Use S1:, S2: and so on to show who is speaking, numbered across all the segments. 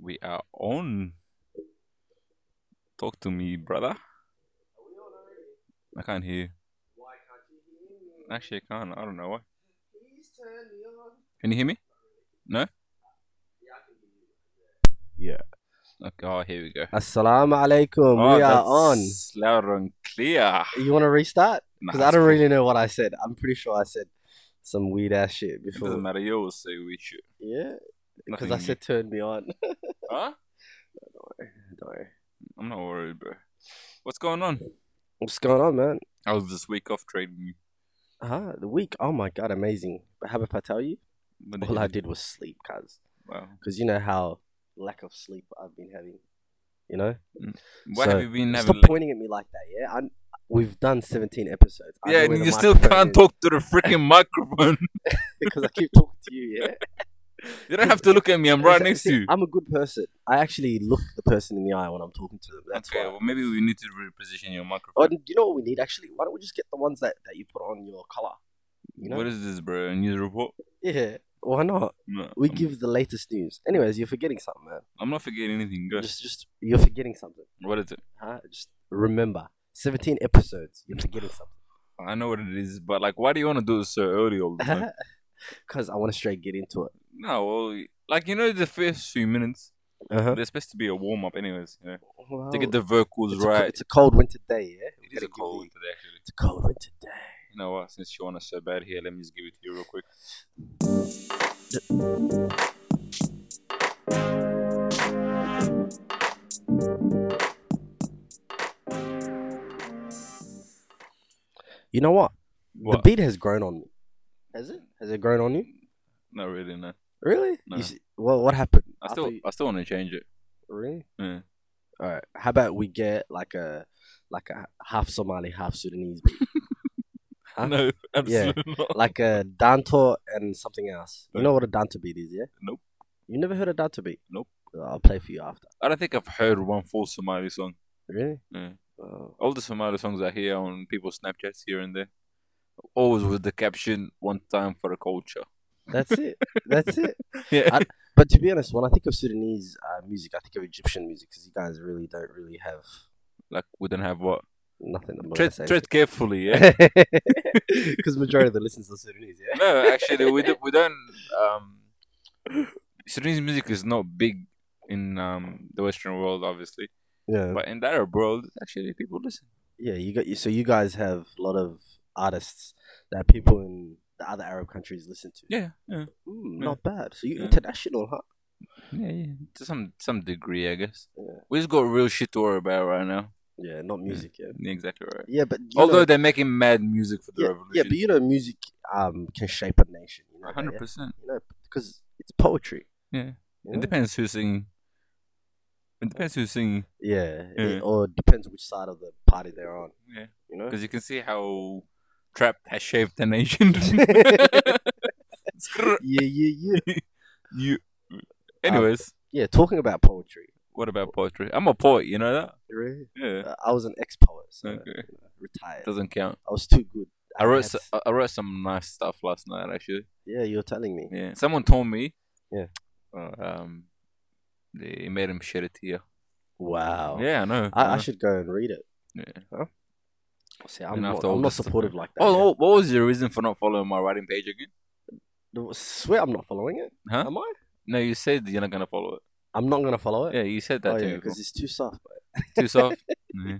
S1: We are on. Talk to me, brother. I can't hear you.
S2: Why can't you hear me?
S1: Actually, I can't. I don't know why.
S2: Please turn me on.
S1: Can you hear me?
S2: Yeah, I can hear you.
S1: Okay, oh, here we go.
S2: Assalamu alaikum.
S1: Oh,
S2: we are
S1: that's
S2: on.
S1: Loud and clear.
S2: You want to restart?
S1: Nah,
S2: Because I don't
S1: it's
S2: really know what I said. I'm pretty sure I said some weird ass shit
S1: cool. It doesn't
S2: before.
S1: matter. You always say we should.
S2: Yeah, because
S1: Nothing
S2: I
S1: new.
S2: said turn me on.
S1: Huh?
S2: Don't worry.
S1: I'm not worried, bro. What's going on?
S2: What's going on, man?
S1: I was this week off trading.
S2: Ah, the week. Oh my god, amazing. But how about if I tell you?
S1: What the
S2: All I
S1: hell?
S2: did was sleep, cuz.
S1: Wow.
S2: Because you know how lack of sleep I've been having. You know?
S1: Why
S2: So,
S1: have you been having?
S2: Stop
S1: like-
S2: pointing at me like that, yeah? I, we've done 17 episodes. I know
S1: yeah,
S2: where
S1: and
S2: the
S1: you still
S2: microphone
S1: can't
S2: is
S1: talk to the freaking microphone.
S2: Because I keep talking to you, yeah?
S1: You don't have to look at me. I'm right
S2: See,
S1: next to
S2: see,
S1: you.
S2: I'm a good person. I actually look the person in the eye when I'm talking to them. That's
S1: okay,
S2: why.
S1: well, maybe we need to reposition your
S2: Oh,
S1: microphone.
S2: do you know what we need actually? Why don't we just get the ones that, that you put on your collar? You know?
S1: What is this, bro? A news report?
S2: yeah. Why not?
S1: No,
S2: We
S1: I'm,
S2: give the latest news. Anyways, you're forgetting something, man.
S1: I'm not forgetting anything. Go.
S2: Just, just you're forgetting something.
S1: What is it?
S2: Huh? Just remember, 17 episodes. You're forgetting something.
S1: I know what it is, but like, why do you want to do it so early all the time?
S2: Because I want to straight get into it.
S1: no, well, like you know, the first few minutes
S2: Uh-huh.
S1: they're supposed to be a warm up, anyways. You know,
S2: Well,
S1: to get the vocals
S2: Oh, it's a, co-
S1: right.
S2: It's a cold winter day, yeah.
S1: It is a cold winter day, actually.
S2: It's a cold winter day.
S1: You know what? Since you want us so bad here, let me just give it to you real quick.
S2: You know what?
S1: What?
S2: The beat has grown on me. Has it? Has it grown on you?
S1: Not really, no.
S2: Really?
S1: No.
S2: You see, well, what happened?
S1: I
S2: After
S1: still,
S2: you-
S1: I still want to change it.
S2: really?
S1: Yeah.
S2: All right. How about we get like a like a half Somali, half Sudanese beat, Huh?
S1: No, absolutely not.
S2: like a danto and something else. You
S1: Okay.
S2: know what a danto beat is, yeah?
S1: Nope.
S2: You never heard a danto beat?
S1: Nope.
S2: I'll play for you after.
S1: I don't think I've heard one full Somali song.
S2: Really?
S1: Yeah.
S2: Oh.
S1: All the Somali songs I hear on people's Snapchats here and there, always with the caption "One time for the culture."
S2: That's it. That's it.
S1: Yeah.
S2: I- But to be honest, when I think of Sudanese uh, music, I think of Egyptian music because you guys really don't really have
S1: like we don't have what.
S2: nothing. I'm not gonna
S1: Tread,
S2: say
S1: tread carefully, yeah.
S2: Because majority of the listeners are Sudanese, yeah.
S1: no, actually, we don't. We don't um, Sudanese music is not big in um, the Western world, obviously,
S2: Yeah,
S1: but in that world, actually, people listen.
S2: yeah. You got so you guys have a lot of artists that people in the other Arab countries listen to.
S1: Yeah, yeah,
S2: Mm,
S1: Yeah.
S2: not bad. So you
S1: Yeah.
S2: international, huh?
S1: yeah, yeah. To some some degree, I guess.
S2: Yeah.
S1: We just got real shit to worry about right now.
S2: Yeah, not music. Yeah,
S1: Yeah, exactly right.
S2: yeah, but you
S1: Although
S2: know,
S1: they're making mad music for the
S2: yeah,
S1: revolution.
S2: yeah, but you know, music um can shape a nation. You know, that,
S1: hundred
S2: yeah?
S1: percent.
S2: You know, because it's poetry.
S1: Yeah.
S2: you
S1: It
S2: know?
S1: depends who's singing. It depends who's singing.
S2: Yeah,
S1: Yeah.
S2: It, or it depends which side of the party they're on.
S1: Yeah.
S2: You know,
S1: Because you can see how trap has shaped the nation. Screw
S2: yeah, yeah, yeah.
S1: you. Anyways,
S2: Yeah, talking about poetry.
S1: what about poetry? I'm a poet, you know that?
S2: Really?
S1: Yeah.
S2: Uh, I was an ex poet, so
S1: Okay.
S2: you know, retired.
S1: Doesn't count.
S2: I was too good.
S1: I wrote
S2: had
S1: so,
S2: s-
S1: I wrote some nice stuff last night actually.
S2: yeah, you're telling me.
S1: Yeah. Someone told me.
S2: Yeah.
S1: uh, Um they made him shed a tear.
S2: Wow.
S1: Yeah, I know.
S2: Oh. I, I
S1: know.
S2: should go and read it.
S1: Yeah.
S2: See, I'm
S1: And
S2: not,
S1: after
S2: I'm
S1: all
S2: not
S1: this-
S2: supportive like that.
S1: Oh,
S2: yeah.
S1: what- what was your reason for not following my writing page again?
S2: The- Swear I'm not following it.
S1: Huh?
S2: Am I?
S1: No, you said you're not gonna follow it.
S2: I'm not going to follow it.
S1: Yeah, you said that
S2: oh,
S1: to
S2: yeah,
S1: me.
S2: because it's too soft. Bro.
S1: too soft. Yeah.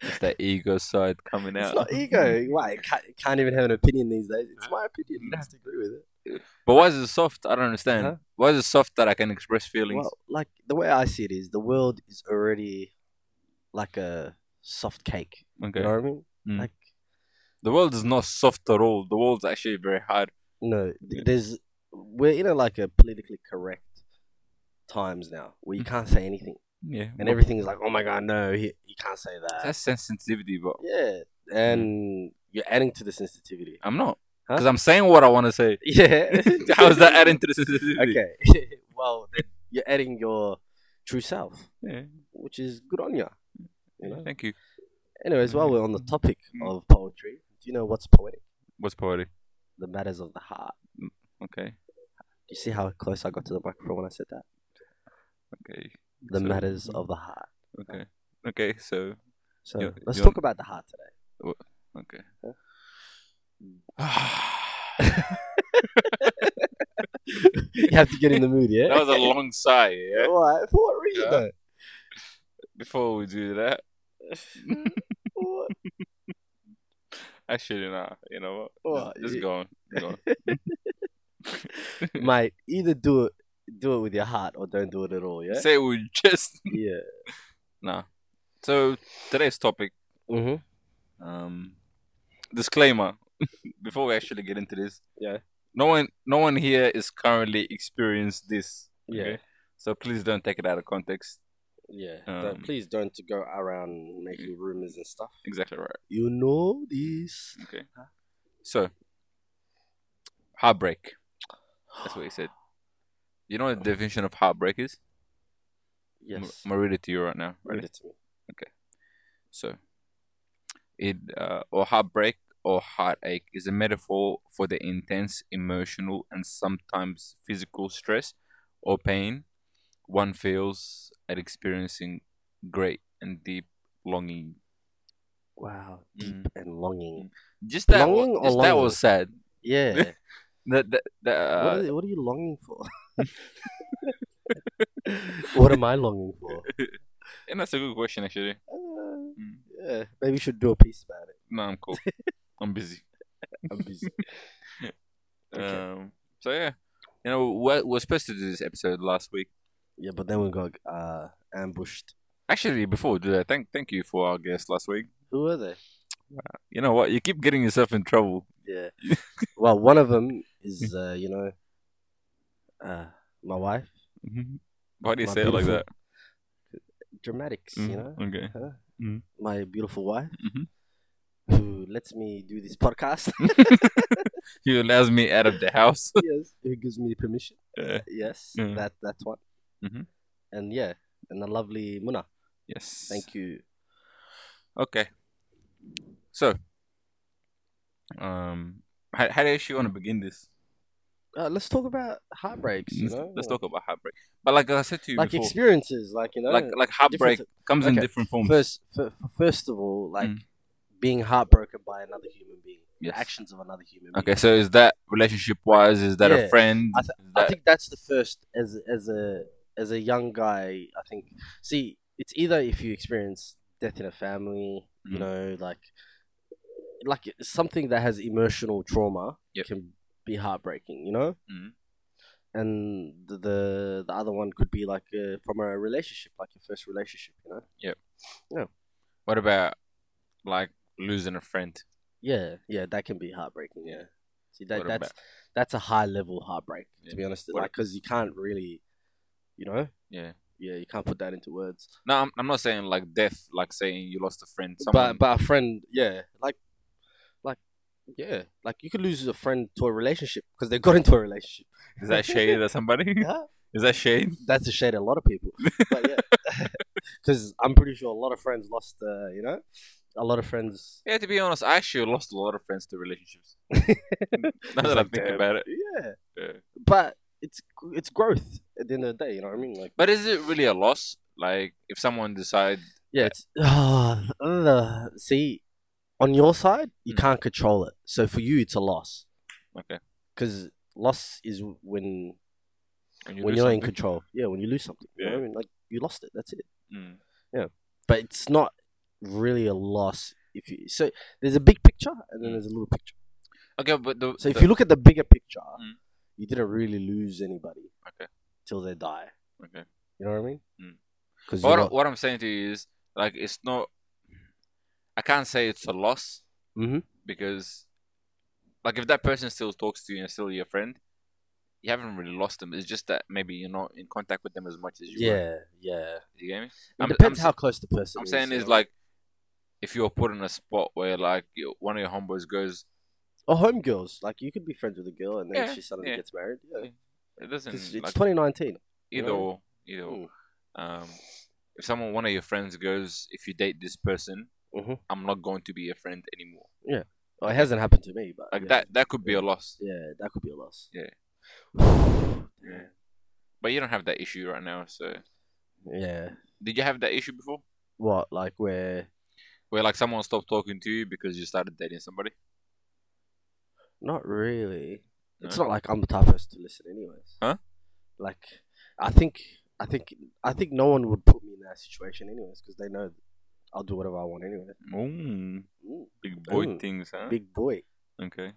S1: It's that ego side coming out.
S2: It's not ego. Why? It can't, it can't even have an opinion these days. It's
S1: Huh?
S2: my opinion. You
S1: Yeah.
S2: have to agree with it.
S1: But why is it soft? I don't understand.
S2: Huh?
S1: Why is it soft that I can express feelings?
S2: Well, like the way I see it is, the world is already like a soft cake.
S1: okay.
S2: You know what I mean?
S1: Mm.
S2: Like
S1: The world is not soft at all. The world's actually very hard.
S2: No, th-
S1: Yeah.
S2: there's we're in a like a politically correct times now where you
S1: Mm.
S2: can't say anything
S1: Yeah.
S2: and everything's like, oh my god, no, he, you can't say that.
S1: That's sensitivity, but
S2: yeah,
S1: Mm-hmm.
S2: and you're adding to the sensitivity.
S1: I'm not.
S2: Huh?
S1: Because I'm saying what I want to say.
S2: Yeah,
S1: How is that adding to the sensitivity?
S2: Okay, well, then you're adding your true self,
S1: Yeah.
S2: which is good on ya. You know.
S1: Thank you.
S2: Anyways,
S1: Mm-hmm.
S2: while we're on the topic
S1: Mm.
S2: of poetry, do you know what's poetic?
S1: What's poetry?
S2: The matters of the heart.
S1: Okay.
S2: Do you see how close I got to the microphone when I said that?
S1: Okay.
S2: the
S1: So- mm-hmm.
S2: matters of the heart.
S1: Okay. Okay. So
S2: So
S1: You-
S2: let's
S1: you
S2: talk
S1: want-
S2: about the heart today.
S1: okay.
S2: You have to get in the mood, yeah.
S1: that was a long sigh. Yeah.
S2: Why? For what reason?
S1: Yeah.
S2: though?
S1: Before we do that,
S2: What?
S1: actually, nah. You know what?
S2: What?
S1: Just, just go on. Go on.
S2: Mate, either do it, do it with your heart, or don't do it at all. Yeah.
S1: Say we just
S2: yeah.
S1: nah. So today's topic.
S2: Mm-hmm.
S1: Um, disclaimer. Before we actually get into this,
S2: Yeah.
S1: No one, no one here is currently experienced this.
S2: Yeah.
S1: okay? So please don't take it out of context.
S2: Yeah. Don't-
S1: Um,
S2: please don't go around making rumors and stuff.
S1: Exactly right.
S2: You know this.
S1: Okay. So, heartbreak. That's what he said. You know what the definition of heartbreak is? I'm
S2: Oh. Yes.
S1: gonna read it to you right now.
S2: Read
S1: Ready?
S2: it to me.
S1: So, it uh, or heartbreak or heartache is a metaphor for the intense emotional and sometimes physical stress or pain one feels at experiencing great and deep longing.
S2: Wow. Deep
S1: Mm.
S2: and longing.
S1: Just that,
S2: Longing
S1: wa-
S2: or
S1: just that
S2: longing?
S1: was sad.
S2: Yeah.
S1: That that, that
S2: what,
S1: uh,
S2: are, what are you longing for? what am I longing for?
S1: and that's a good question actually.
S2: Uh,
S1: Mm.
S2: yeah. Maybe you should do a piece about it.
S1: No, I'm cool. I'm busy.
S2: I'm busy. Okay.
S1: Um, so yeah, you know, we're, we're supposed to do this episode last week.
S2: yeah, but then we got uh, ambushed.
S1: Actually, before we do that, thank thank you for our guest last week.
S2: Who are they?
S1: You know what? You keep getting yourself in trouble.
S2: Yeah. well, one of them
S1: Mm.
S2: is, uh, you know, uh, my wife.
S1: Why do you
S2: Mm-hmm. My
S1: say it like
S2: beautiful-
S1: that?
S2: Dramatics, you know,
S1: Mhm, Okay.
S2: Huh?
S1: Mhm.
S2: my beautiful wife
S1: Mhm.
S2: who lets me do this podcast.
S1: He allows me out of the house.
S2: yes. Who gives me the permission.
S1: Yeah.
S2: Yes.
S1: Yeah.
S2: That That's one.
S1: Mhm.
S2: And yeah, and the lovely Muna.
S1: yes.
S2: Thank you.
S1: Okay. So, um, how, how do you actually want to begin this?
S2: Uh, let's talk about heartbreaks, you
S1: Let's,
S2: know?
S1: let's talk about heartbreak. But like I said to you
S2: like
S1: before,
S2: experiences, like, you know?
S1: like like heartbreak
S2: different-
S1: comes in
S2: okay.
S1: different forms.
S2: First, f- f- first of all, like
S1: Mm.
S2: being heartbroken by another human being,
S1: Yes.
S2: the actions of another human being.
S1: Okay, so is that relationship wise? Is that
S2: Yeah.
S1: a friend?
S2: I, th-
S1: Is
S2: I
S1: that-
S2: think that's the first as as a as a young guy. I think see it's either if you experience death in a family, you
S1: Mm.
S2: know, like like it's something that has emotional trauma
S1: Yep.
S2: can be heartbreaking, you know.
S1: Mm.
S2: And the, the the other one could be like uh, from a relationship, like your first relationship, you know.
S1: what about like losing a friend?
S2: Yeah, yeah, that can be heartbreaking. Yeah, see that
S1: What
S2: that's
S1: about-
S2: that's a high level heartbreak
S1: Yeah.
S2: to be honest.
S1: What-
S2: Like because you can't really, you know,
S1: Yeah.
S2: yeah, you can't put that into words.
S1: No, I'm, I'm not saying like death, like saying you lost a friend.
S2: But
S1: Someone,
S2: but a friend, yeah, like like yeah, like you could lose a friend to a relationship because they got into a relationship.
S1: is that shade at somebody?
S2: Yeah,
S1: Is that shade?
S2: that's a shade a lot of people. But yeah, because I'm pretty sure a lot of friends lost. Uh, you know, a lot of friends.
S1: Yeah, to be honest, I actually lost a lot of friends to relationships. now
S2: It's
S1: that I
S2: like,
S1: think
S2: damn.
S1: about it.
S2: Yeah,
S1: Yeah.
S2: but it's it's growth at the end of the day. You know what I mean? Like.
S1: But is it really a loss? Like if someone decides,
S2: Yeah, it's ah, ugh. see, on your side, you
S1: Mm.
S2: can't control it. So for you, it's a loss
S1: okay,
S2: because loss is when
S1: when, you
S2: when
S1: lose
S2: you're in
S1: something-
S2: control. Yeah, when you lose something, you know what I mean, like you lost it. That's it.
S1: Mm.
S2: But it's not really a loss if you. So there's a big picture and then
S1: Mm.
S2: there's a little picture.
S1: Okay, but the,
S2: So if
S1: the-
S2: you look at the bigger picture,
S1: Mm.
S2: you didn't really lose anybody
S1: Okay.
S2: till they die.
S1: okay.
S2: You know what I mean?
S1: Mm.
S2: Because
S1: But what, what I'm saying to you is, like, it's not. I can't say it's a loss
S2: Mhm.
S1: because, like, if that person still talks to you and still your friend, you haven't really lost them. It's just that maybe you're not in contact with them as much as you were.
S2: yeah, yeah.
S1: You get me?
S2: It
S1: I'm-
S2: depends
S1: I'm
S2: how close the person.
S1: I'm
S2: is,
S1: saying
S2: you know
S1: is
S2: what I mean?
S1: like, if you're put in a spot where like your- one of your homeboys goes,
S2: Or homegirls. Like you could be friends with a girl and then
S1: Yeah,
S2: she suddenly
S1: yeah.
S2: gets married. Yeah.
S1: Yeah, it doesn't.
S2: It's, Hmm.
S1: like,
S2: it's 2019.
S1: either
S2: know?
S1: or, either or. Um, if someone, one of your friends goes, if you date this person,
S2: Mhm.
S1: I'm not going to be your friend anymore.
S2: Well, it hasn't happened to me, but
S1: Like
S2: yeah.
S1: that, that could be a loss.
S2: Yeah, that could be a loss.
S1: Yeah.
S2: Yeah.
S1: But you don't have that issue right now, so
S2: Yeah.
S1: Did you have that issue before?
S2: What like where?
S1: Where like someone stopped talking to you because you started dating somebody?
S2: Not really. It's
S1: No?
S2: not like I'm the type of person to listen, anyways.
S1: Huh?
S2: Like, I think, I think, I think no one would put me in that situation, anyways, because they know I'll do whatever I want, anyway.
S1: Ooh,
S2: Ooh,
S1: big boy
S2: Ooh,
S1: things, huh?
S2: Big boy.
S1: Okay.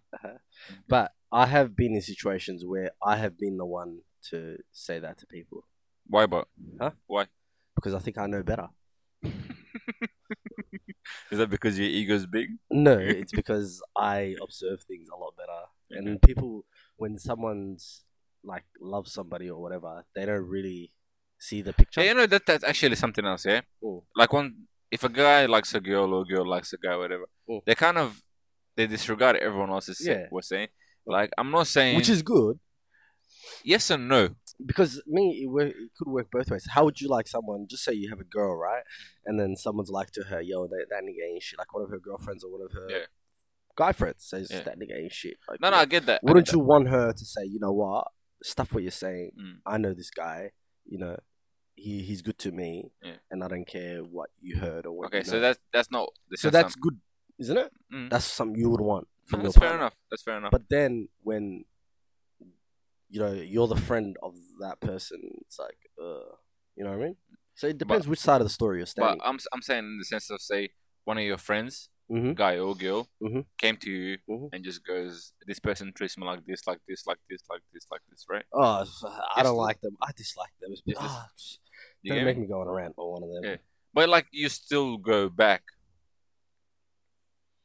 S2: But I have been in situations where I have been the one to say that to people
S1: Why but?
S2: Huh?
S1: Why?
S2: because I think I know better.
S1: Is that because your ego's big?
S2: No, it's because I observe things a lot better. And people, when someone's like loves somebody or whatever, they don't really see the picture.
S1: Yeah, you know that that's actually something else, yeah?
S2: Mm.
S1: Like one if a guy likes a girl or a girl likes a guy, whatever,
S2: Mm.
S1: they kind of they disregard everyone else's yeah.
S2: Yeah.
S1: we're saying. Like I'm not saying
S2: Which is good
S1: yes and no.
S2: because me, it, wo- it could work both ways. How would you like someone? Just say you have a girl, right? And then someone's like to her, yo, that, that nigga ain't shit. Like one of her girlfriends or one of her
S1: Yeah.
S2: guy friends says
S1: Yeah.
S2: that nigga ain't shit. Like,
S1: No, no, I get that.
S2: wouldn't you want her to say, you know what, stuff what you're saying.
S1: Mm.
S2: I know this guy. You know, he he's good to me,
S1: Yeah.
S2: and I don't care what you heard or what.
S1: Okay,
S2: you
S1: so
S2: know.
S1: that's that's not
S2: so that's good, isn't it?
S1: Mm.
S2: That's something you would want from
S1: No,
S2: your
S1: that's fair
S2: partner.
S1: enough. That's fair enough.
S2: But then when you know you're the friend of that person, it's like, uh, you know what I mean? So it depends which side of the story you're
S1: But
S2: standing.
S1: I'm s- I'm saying in the sense of say one of your friends,
S2: mm-hmm.
S1: guy or girl,
S2: Mhm.
S1: came to you
S2: Mhm.
S1: and just goes, "This person treats me like this, like this, like this, like this, like this," right?
S2: Oh, f- I
S1: Yes,
S2: don't
S1: the-
S2: like them. I dislike them. It's-
S1: Yes, yes.
S2: ah, sh-
S1: You
S2: don't
S1: get
S2: make
S1: me?
S2: me go on a rant on one of them.
S1: Yeah. But like you still go back.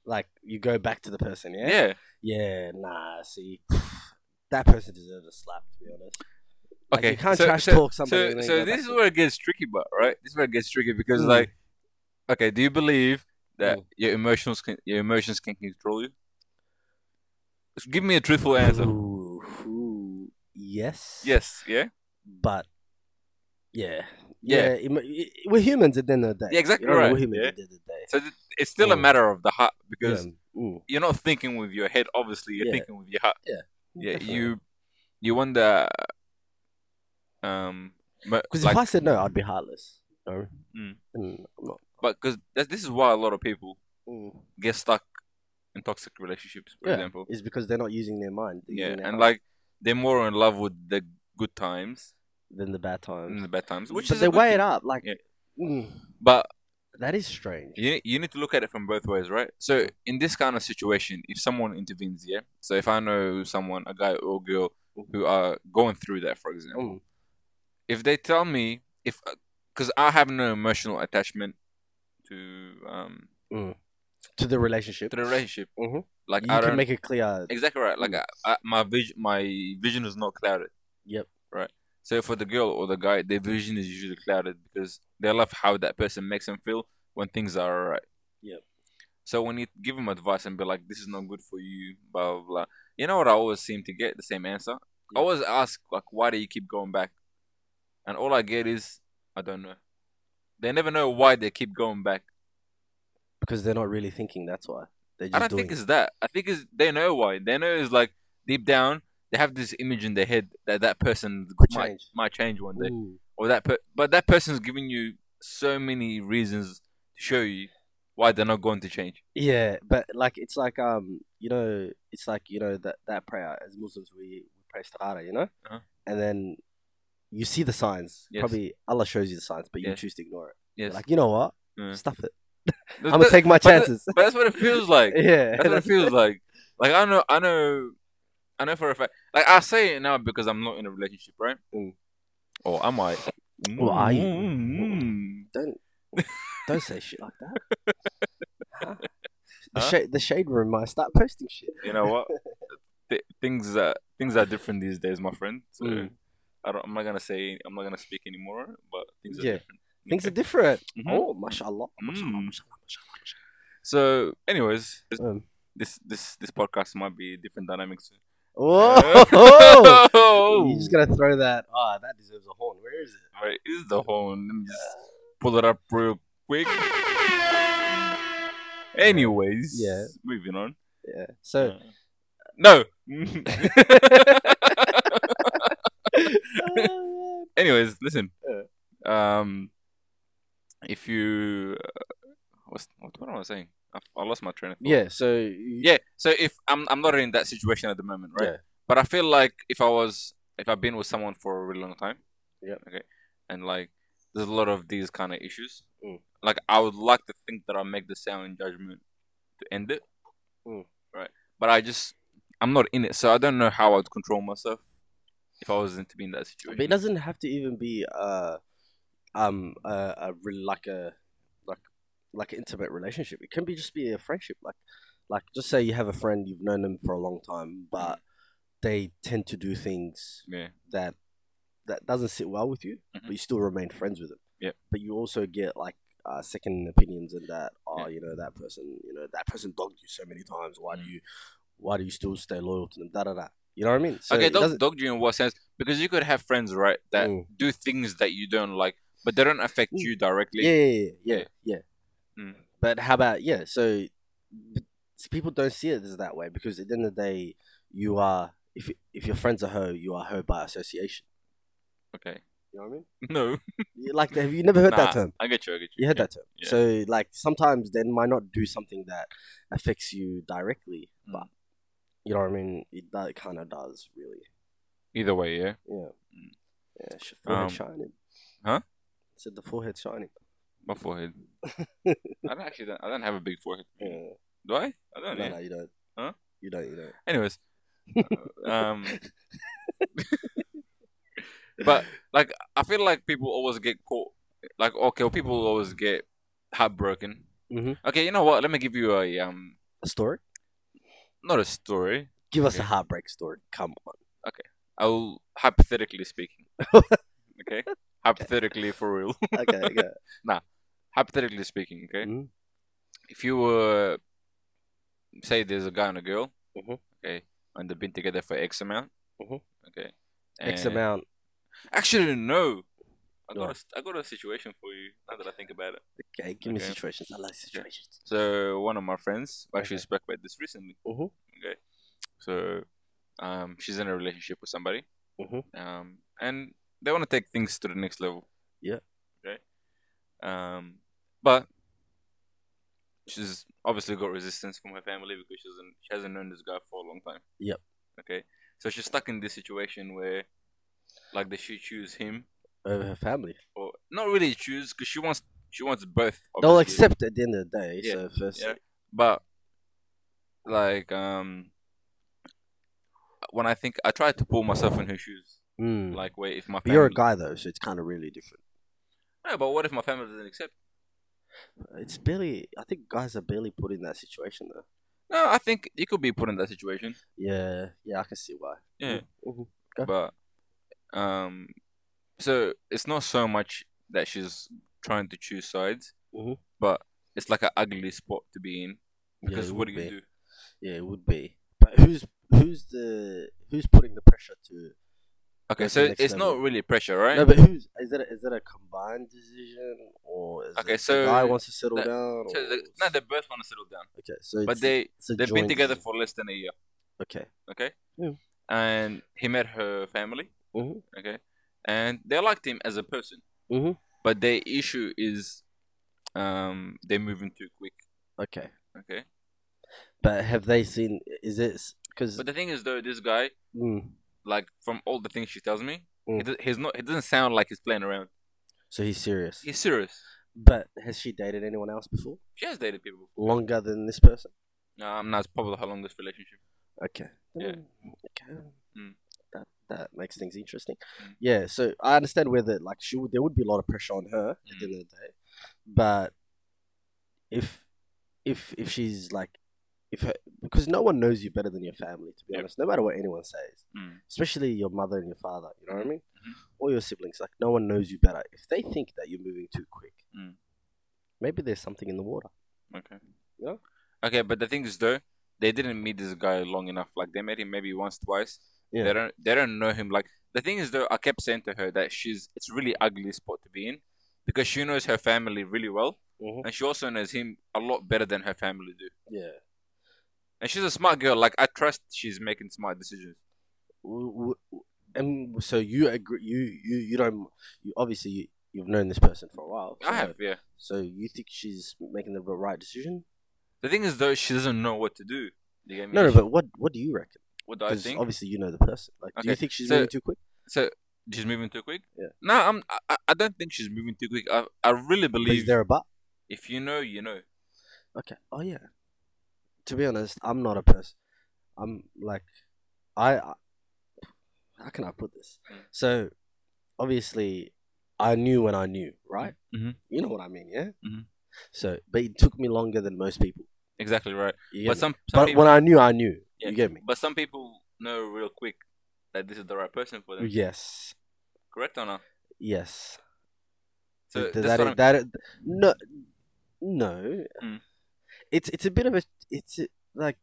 S2: Like you go back to the person,
S1: Yeah.
S2: Yeah, nah, see, that person deserves a slap, to be honest. Like,
S1: Okay.
S2: you can't
S1: so,
S2: trash
S1: so,
S2: talk somebody and
S1: So, so
S2: then go back
S1: this is
S2: to-
S1: where it gets tricky, but right? This is where it gets tricky because
S2: Mm.
S1: like, okay, do you believe that
S2: Mm.
S1: your emotions can your emotions can control you? Just Give me a truthful answer.
S2: Ooh, ooh, yes.
S1: Yes. Yeah.
S2: But, yeah.
S1: Yeah.
S2: emo- i- i- we're humans at the end of the day.
S1: Yeah, exactly
S2: You know,
S1: right,
S2: We're humans
S1: yeah.
S2: at the end of the day.
S1: So th- it's still a
S2: Mm.
S1: matter of the heart because
S2: Yeah, mm,
S1: you're not thinking with your head. Obviously, you're
S2: Yeah.
S1: thinking with your heart. Yeah,
S2: definitely.
S1: you you want the um, but
S2: Because
S1: like,
S2: if I said no, I'd be heartless. No.
S1: Mm.
S2: And I'm not.
S1: but because this is why a lot of people
S2: Mm.
S1: get stuck in toxic relationships, for
S2: Yeah.
S1: example.
S2: It's because they're not using their mind. they're
S1: Yeah,
S2: using their
S1: and
S2: heart
S1: like they're more in love with the good times
S2: than the bad
S1: than
S2: times.
S1: the bad times, Mm. which
S2: but
S1: is
S2: they
S1: a good
S2: weigh it
S1: thing.
S2: up. Like,
S1: Yeah.
S2: mm,
S1: But
S2: that is strange.
S1: you you need to look at it from both ways, right? So in this kind of situation, if someone intervenes, yeah. So if I know someone, a guy or girl, who are going through that, for example.
S2: Mm,
S1: if they tell me if because I have no emotional attachment to um
S2: To the relationship.
S1: to the relationship,
S2: Mhm.
S1: like
S2: you
S1: I
S2: can
S1: don't
S2: make it clear.
S1: exactly right.
S2: Hmm.
S1: Like I, I, my vision, my vision is not clouded.
S2: Yep.
S1: So for the girl or the guy, their vision is usually clouded because they love how that person makes them feel when things are alright.
S2: Yep.
S1: So when you give them advice and be like, "This is not good for you," blah blah. blah. You know what? I always seem to get the same answer. I
S2: Yeah.
S1: always ask like, "Why do you keep going back?" And all I get is, "I don't know." They never know why they keep going back.
S2: Because they're not really thinking. That's why they're just
S1: I don't
S2: doing.
S1: think it's that. I think it's they know why. They know it's like deep down they have this image in their head that that person
S2: Could
S1: might
S2: change.
S1: might change one day,
S2: it. Ooh.
S1: or that per- but that person's giving you so many reasons to show you why they're not going to change.
S2: Yeah, but like it's like um, you know, it's like you know that that prayer as Muslims we we pray istikhara, you know,
S1: Uh-huh.
S2: and then you see the signs.
S1: Yes.
S2: Probably Allah shows you the signs, but you
S1: Yes.
S2: choose to ignore it. You're
S1: Yes,
S2: Like you know what?
S1: Yeah.
S2: Stuff it.
S1: But-
S2: I'm gonna
S1: but-
S2: take my
S1: but that-
S2: chances.
S1: but that's what it feels like.
S2: yeah.
S1: That's what it feels like. Like I know, I know, I know for a fact. Like I say it now because I'm not in a relationship, right?
S2: Mm.
S1: Or am I?
S2: Well, are you?
S1: Mm.
S2: don't don't say shit like that. Huh? The,
S1: Huh?
S2: shade, the shade room might start posting shit.
S1: you know what? Th- things are things are different these days, my friend. So
S2: Mm.
S1: I don't. I'm not gonna say. I'm not gonna speak anymore. But things are
S2: Yeah.
S1: different.
S2: Things are
S1: Okay.
S2: different.
S1: Mhm.
S2: Oh, mashallah, mashallah,
S1: Mm.
S2: mashallah, mashallah,
S1: So, anyways, this
S2: mashallah. Um,
S1: this this, this podcast might be different dynamics.
S2: Whoa!
S1: Oh.
S2: You're Oh! just gonna throw that. Ah, that deserves a horn. Where is it?
S1: Wait, is the horn? Let me just pull it up real quick. Anyways,
S2: Yeah. Uh.
S1: moving on.
S2: Yeah. So
S1: No.
S2: uh,
S1: anyways, listen.
S2: Yeah.
S1: um, if you, uh, what's, what, what am I saying? I, I lost my train of thought.
S2: Yeah. So yeah.
S1: Yeah. So if I'm, I'm not in that situation at the moment, right?
S2: Yeah.
S1: But I feel like if I was, if I've been with someone for a really long time,
S2: Yep.
S1: okay, and like there's a lot of these kind of issues.
S2: Mm.
S1: Like I would like to think that I make the sound judgment to end it,
S2: Mm.
S1: right? But I just, I'm not in it, so I don't know how I'd control myself if I wasn't to be in that situation.
S2: But it doesn't have to even be uh um a, a re- like a like like an intimate relationship. It can be just be a friendship. Like like just say you have a friend you've known them for a long time, but they tend to do things
S1: yeah.
S2: that that doesn't sit well with you,
S1: Mhm.
S2: but you still remain friends with them.
S1: Yep.
S2: But you also get like uh, second opinions and that, oh,
S1: Yeah.
S2: you know, that person, you know, that person dogged you so many times. Why
S1: Mm.
S2: do you, why do you still stay loyal to them? Da da da. You know what I mean? So
S1: okay,
S2: it
S1: dog,
S2: doesn't-
S1: dog you in what sense? Because you could have friends, right, that
S2: Mm.
S1: do things that you don't like, but they don't affect
S2: Mm.
S1: you directly.
S2: yeah, yeah, yeah, yeah, yeah.
S1: Mm.
S2: But how about yeah? So but people don't see it as that way because at the end of the day, you are if if your friends are her, you are her by association.
S1: Okay.
S2: You know what I mean?
S1: No.
S2: You- Like have you never heard
S1: Nah,
S2: that term?
S1: I get you. I get you.
S2: You heard that term.
S1: yeah.
S2: So like sometimes they might not do something that affects you directly,
S1: Mm.
S2: but you know what I mean. It that kind of does really.
S1: Either way, yeah.
S2: Yeah.
S1: Mm.
S2: Yeah. sh- Forehead
S1: Um,
S2: shining.
S1: huh?
S2: said the forehead shining.
S1: My forehead. I don't actually. Don't, I don't have a big forehead.
S2: Yeah.
S1: Do I? I don't.
S2: Mm. No,
S1: Yeah.
S2: no, you don't.
S1: Huh?
S2: You don't. You don't.
S1: Anyways, um, But- like I feel like people always get caught. Like okay, well, people always get heartbroken.
S2: Mhm.
S1: Okay, you know what? Let me give you a um,
S2: a story.
S1: not a story.
S2: Give us a
S1: Okay.
S2: heartbreak story. Come on.
S1: I'll hypothetically speaking. okay, hypothetically for real.
S2: Okay. okay.
S1: hypothetically speaking, okay,
S2: Mhm.
S1: if you were say there's a guy and a girl,
S2: Mhm.
S1: okay, and they've been together for X amount,
S2: Mhm.
S1: okay,
S2: X
S1: and-
S2: amount.
S1: Actually, no. I got
S2: Why?
S1: a, I got a situation for you. Now that I think about it,
S2: Okay. Give me
S1: Okay.
S2: situations. I like situations.
S1: so one of my friends we actually
S2: Mm-hmm.
S1: spoke
S2: Okay.
S1: about this recently.
S2: Mhm.
S1: Okay, so um, she's in a relationship with somebody,
S2: Mhm.
S1: um, and they want to take things to the next level.
S2: Yeah.
S1: Okay. Um, but she's obviously got resistance from her family because she hasn't she hasn't known this guy for a long time.
S2: Yep.
S1: Okay. So she's stuck in this situation where, like, they should choose him
S2: Over her family.
S1: or not really choose because she wants she wants both.
S2: They'll
S1: obviously.
S2: accept at the end of the day.
S1: Yeah,
S2: So first.
S1: yeah. But like um, when I think I tried to pull myself in her shoes,
S2: Mm.
S1: like wait if my
S2: But
S1: family,
S2: you're a guy though, so it's kind of really different.
S1: no, but what if my family doesn't accept?
S2: It's barely. I think guys are barely put in that situation though.
S1: No, I think you could be put in that situation.
S2: Yeah, yeah, I can see why.
S1: Yeah,
S2: Mhm.
S1: but um, so it's not so much that she's trying to choose sides,
S2: Mhm.
S1: but it's like an ugly spot to be in
S2: Yeah,
S1: because
S2: it
S1: what
S2: would
S1: do you
S2: be.
S1: do?
S2: Yeah, it would be. But who's who's the who's putting the pressure to?
S1: Okay,
S2: That's
S1: so
S2: the next
S1: it's
S2: level.
S1: not really pressure, right?
S2: No, but who's is that? A, is that a combined decision or is
S1: Okay,
S2: it
S1: so
S2: the guy wants to settle
S1: that-
S2: down?
S1: So
S2: or
S1: the, no, they both want to settle down,
S2: okay, so it's,
S1: but they
S2: it's a
S1: they've been
S2: joint
S1: together
S2: decision.
S1: for less than a year.
S2: Okay.
S1: Okay.
S2: Yeah.
S1: And he met her family.
S2: Mhm.
S1: Okay. And they liked him as a person,
S2: Mhm.
S1: but their issue is, um, they're moving too quick.
S2: Okay.
S1: Okay.
S2: But have they seen? Is it because?
S1: But the thing is, though, this guy,
S2: Mm,
S1: like from all the things she tells me, he
S2: Mm.
S1: do- he's not. He doesn't sound like he's playing around.
S2: so he's serious.
S1: He's serious.
S2: But has she dated anyone else before?
S1: She has dated people.
S2: Longer than this person?
S1: No, I'm not. It's probably her longest relationship.
S2: Okay.
S1: Yeah.
S2: Okay.
S1: Mm.
S2: That that makes things interesting.
S1: Mm.
S2: Yeah. So I understand where that like she would there would be a lot of pressure on her at
S1: Mm.
S2: the end of the day, but if if if she's like if her, because no one knows you better than your family to be
S1: Yep.
S2: honest no matter what anyone says
S1: Mm.
S2: especially your mother and your father you know what i mean
S1: Mhm.
S2: or your siblings like no one knows you better if they think that you're moving too quick
S1: Mm.
S2: maybe there's something in the water
S1: Okay.
S2: Yeah.
S1: Okay, but the thing is though, they didn't meet this guy long enough. Like they met him maybe once, twice.
S2: Yeah.
S1: They don't they don't know him. Like the thing is though, I kept saying to her that she's it's really ugly spot to be in because she knows her family really well
S2: Mhm.
S1: and she also knows him a lot better than her family do.
S2: yeah
S1: And she's a smart girl. Like I trust she's making smart decisions.
S2: W- w- w- and so you agree you you you don't you obviously you, you've known this person for a while. So,
S1: I have, yeah.
S2: So you think she's making the right decision?
S1: The thing is, though, she doesn't know what to do. You get me?
S2: No, no.
S1: She-
S2: But what what do you reckon?
S1: what do I
S2: Because
S1: think?
S2: obviously you know the person. Like, do you
S1: Okay,
S2: think she's
S1: so-
S2: moving too quick?
S1: So she's moving too quick.
S2: Yeah.
S1: No, I'm. I- I, I don't think she's moving too quick. I I really
S2: Is
S1: believe
S2: there a but?
S1: if you know, you know.
S2: Okay. Oh yeah. To be honest, I'm not a person. I'm like, I. I how can I put this?
S1: Mm.
S2: So, obviously, I knew when I knew, right?
S1: Mhm.
S2: You know what I mean, yeah.
S1: Mhm.
S2: So, but it took me longer than most people.
S1: Exactly right.
S2: You get
S1: But
S2: me?
S1: some, some
S2: but
S1: people,
S2: when I knew, I knew.
S1: Yeah.
S2: You get me?
S1: but some people know real quick that this is the right person for them.
S2: Yes.
S1: Correct or not?
S2: Yes.
S1: So
S2: Th-
S1: that's
S2: that,
S1: what
S2: is-
S1: I'm-
S2: that is- no no
S1: Mm.
S2: it's it's a bit of a it's a, like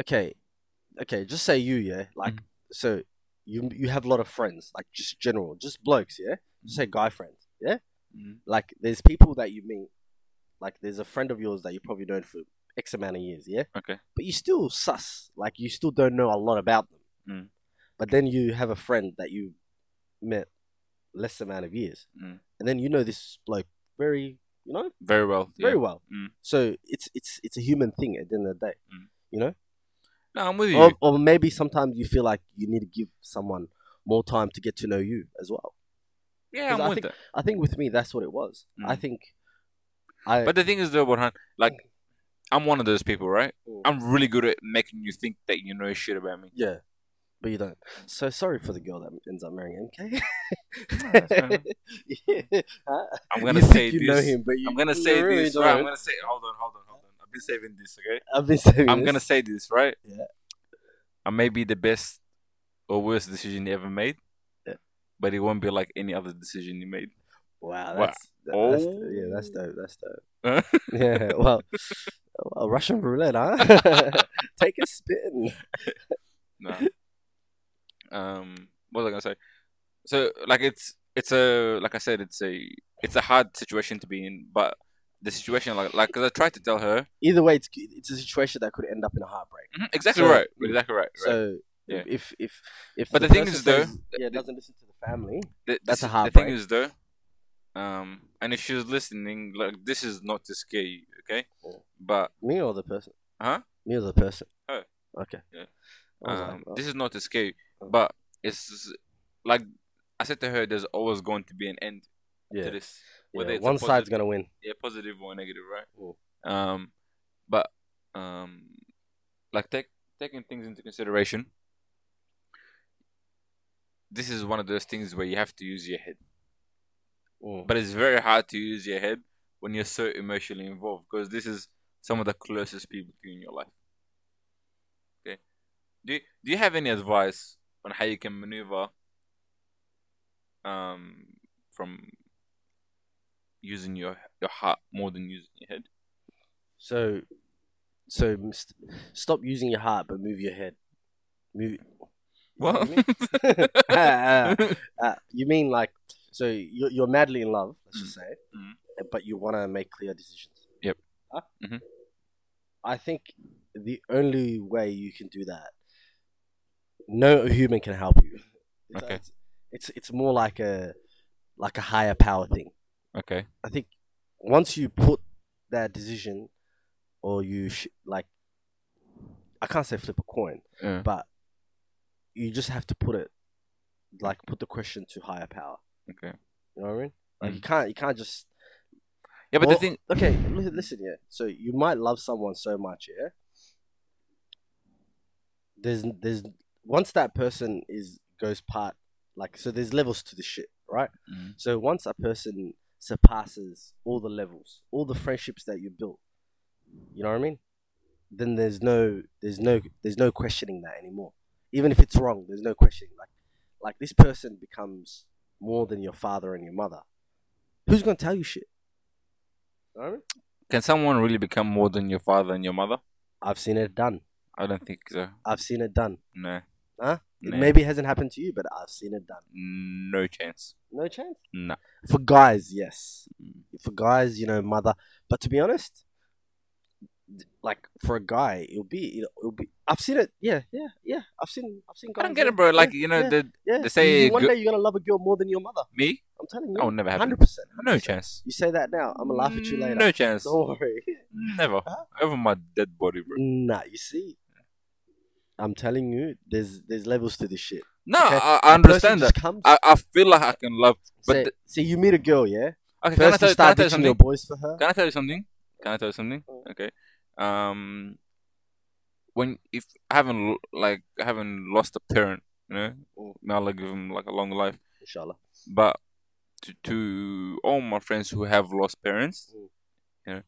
S2: okay okay just say you yeah like
S1: Mhm.
S2: so you you have a lot of friends like just general just blokes yeah just
S1: Mm.
S2: say guy friends yeah
S1: Mhm.
S2: like there's people that you meet like there's a friend of yours that you probably known for x amount of years yeah
S1: Okay.
S2: but you still sus like you still don't know a lot about them
S1: Mm.
S2: but then you have a friend that you met less amount of years
S1: Mm.
S2: and then you know this bloke very you know
S1: Very well. yeah.
S2: very well
S1: Mm.
S2: so it's it's it's a human thing at the end of the day
S1: Mm.
S2: you know
S1: No, I'm with you.
S2: or, or maybe sometimes you feel like you need to give someone more time to get to know you as well
S1: yeah, I'm
S2: 'cause I
S1: with
S2: think-
S1: that.
S2: i think with me that's what it was i
S1: Mm.
S2: think i
S1: But the thing is, though, Borhan, like, I'm one of those people, right?
S2: Mm.
S1: I'm really good at making you think that you know shit about me.
S2: yeah but you don't so sorry for the girl that ends up marrying mk
S1: that's fair enough.
S2: Yeah. Huh?
S1: I'm gonna
S2: You think
S1: say
S2: you
S1: this.
S2: know him, but you,
S1: I'm gonna
S2: you
S1: say
S2: really
S1: this.
S2: don't.
S1: Right? I'm gonna say. Hold on, hold on, hold on. I've been saving this. Okay.
S2: I've been saying
S1: I'm
S2: this.
S1: gonna say this, right?
S2: Yeah.
S1: I may be the best or worst decision you ever made,
S2: Yeah.
S1: but it won't be like any other decision you made.
S2: Wow,
S1: Wow.
S2: that's, that- that's
S1: Oh.
S2: yeah, that's dope. That's dope.
S1: Huh?
S2: yeah, well, well, Russian roulette, huh? Take a spin.
S1: No. um, what was I gonna say? So, like, it's it's a like I said, it's a it's a hard situation to be in, but the situation like like 'cause I tried to tell her
S2: Either way, it's it's a situation that could end up in a heartbreak.
S1: Mhm, exactly
S2: Mm-hmm. So- mm.
S1: right, exactly right. right.
S2: So
S1: Yeah.
S2: if if if
S1: But the thing
S2: person
S1: is, though,
S2: says- yeah, doesn't listen to the family.
S1: Th-
S2: That's
S1: this-
S2: a
S1: The thing
S2: heartbreak.
S1: is, though, um, and if she's listening, like this is not to scare you, okay?
S2: Yeah.
S1: But
S2: Me or the person?
S1: Huh?
S2: Me or the person?
S1: Her.
S2: Okay.
S1: Yeah.
S2: I was like,
S1: um,
S2: well,
S1: this is not to scare you.
S2: Oh.
S1: But it's like I said to her, there's always going to be an end
S2: yeah,
S1: to this, whether
S2: yeah.
S1: it's a
S2: One side's
S1: positive-
S2: gonna win.
S1: yeah, positive or negative, right?
S2: Mm.
S1: Um, but um, like take, taking things into consideration. This is one of those things where you have to use your head.
S2: Mm.
S1: but it's very hard to use your head when you're so emotionally involved because this is some of the closest people to you in your life. Okay, do you, do you have any advice on how you can maneuver um, from using your your heart more than using your head?
S2: So, so st- stop using your heart, but move your head. Move. Ah,
S1: Well,
S2: You know what I mean? Uh, you mean like so you're, you're madly in love, let's just say,
S1: Mm.
S2: but you want to make clear decisions.
S1: Yep.
S2: Huh?
S1: Mhm.
S2: I think the only way you can do that, no human can help you. It's,
S1: Okay.
S2: It's, it's it's more like a like a higher power thing.
S1: okay,
S2: I think once you put that decision, or you sh- like, I can't say flip a coin,
S1: Yeah.
S2: but you just have to put it, like, put the question to higher power.
S1: okay,
S2: You know what I mean? Like, you
S1: Mm.
S2: can't, you can't just.
S1: yeah, but
S2: Well,
S1: the thing,
S2: Okay, li- listen, yeah. So you might love someone so much, yeah. There's, there's once that person is goes part, like, so there's levels to the shit, right?
S1: Mm,
S2: So once a person surpasses all the levels, all the friendships that you built, you know what I mean? Then there's no there's no there's no questioning that anymore. Even if it's wrong, there's no questioning. Like like this person becomes more than your father and your mother. Who's gonna tell you shit? You know what I mean?
S1: can someone really become more than your father and your mother?
S2: I've seen it done.
S1: I don't think so.
S2: I've seen it done.
S1: No,
S2: Huh? It
S1: Nah.
S2: maybe hasn't happened to you, but I've seen it done.
S1: no chance.
S2: No chance.
S1: No.
S2: For guys, yes.
S1: Mm.
S2: For guys, you know, mother. But to be honest, like for a guy, it'll be it'll be. I've seen it. Yeah, yeah, yeah. I've seen I've seen.
S1: I
S2: Guys
S1: don't get
S2: yeah,
S1: it, bro. Like
S2: yeah,
S1: you know,
S2: yeah,
S1: the
S2: yeah.
S1: they say
S2: You- one
S1: go-
S2: day you're gonna love a girl more than your mother.
S1: me,
S2: I'm telling
S1: that
S2: you,
S1: would never happen.
S2: hundred percent.
S1: No chance.
S2: You say that now, I'm gonna laugh at you later.
S1: No chance.
S2: Don't worry.
S1: Never.
S2: Huh? Mm.
S1: Over my dead body, bro.
S2: Nah, you see, I'm telling you, there's there's levels to this shit.
S1: No,
S2: Okay.
S1: I, I understand that.
S2: Just comes,
S1: I, I feel like I can love. but
S2: say,
S1: the-
S2: see, you meet a girl, yeah.
S1: Okay, can I,
S2: First,
S1: tell, you- can
S2: you
S1: I
S2: start
S1: tell you
S2: ditching your
S1: something?
S2: boys for her.
S1: Can I tell you something? Can I tell you something?
S2: Mm.
S1: Okay. Um, when if I haven't l- like I haven't lost a parent, you know,
S2: Mm.
S1: may Allah give him like a long life.
S2: Inshallah.
S1: But to, to all my friends who have lost parents,
S2: Mm.
S1: you know,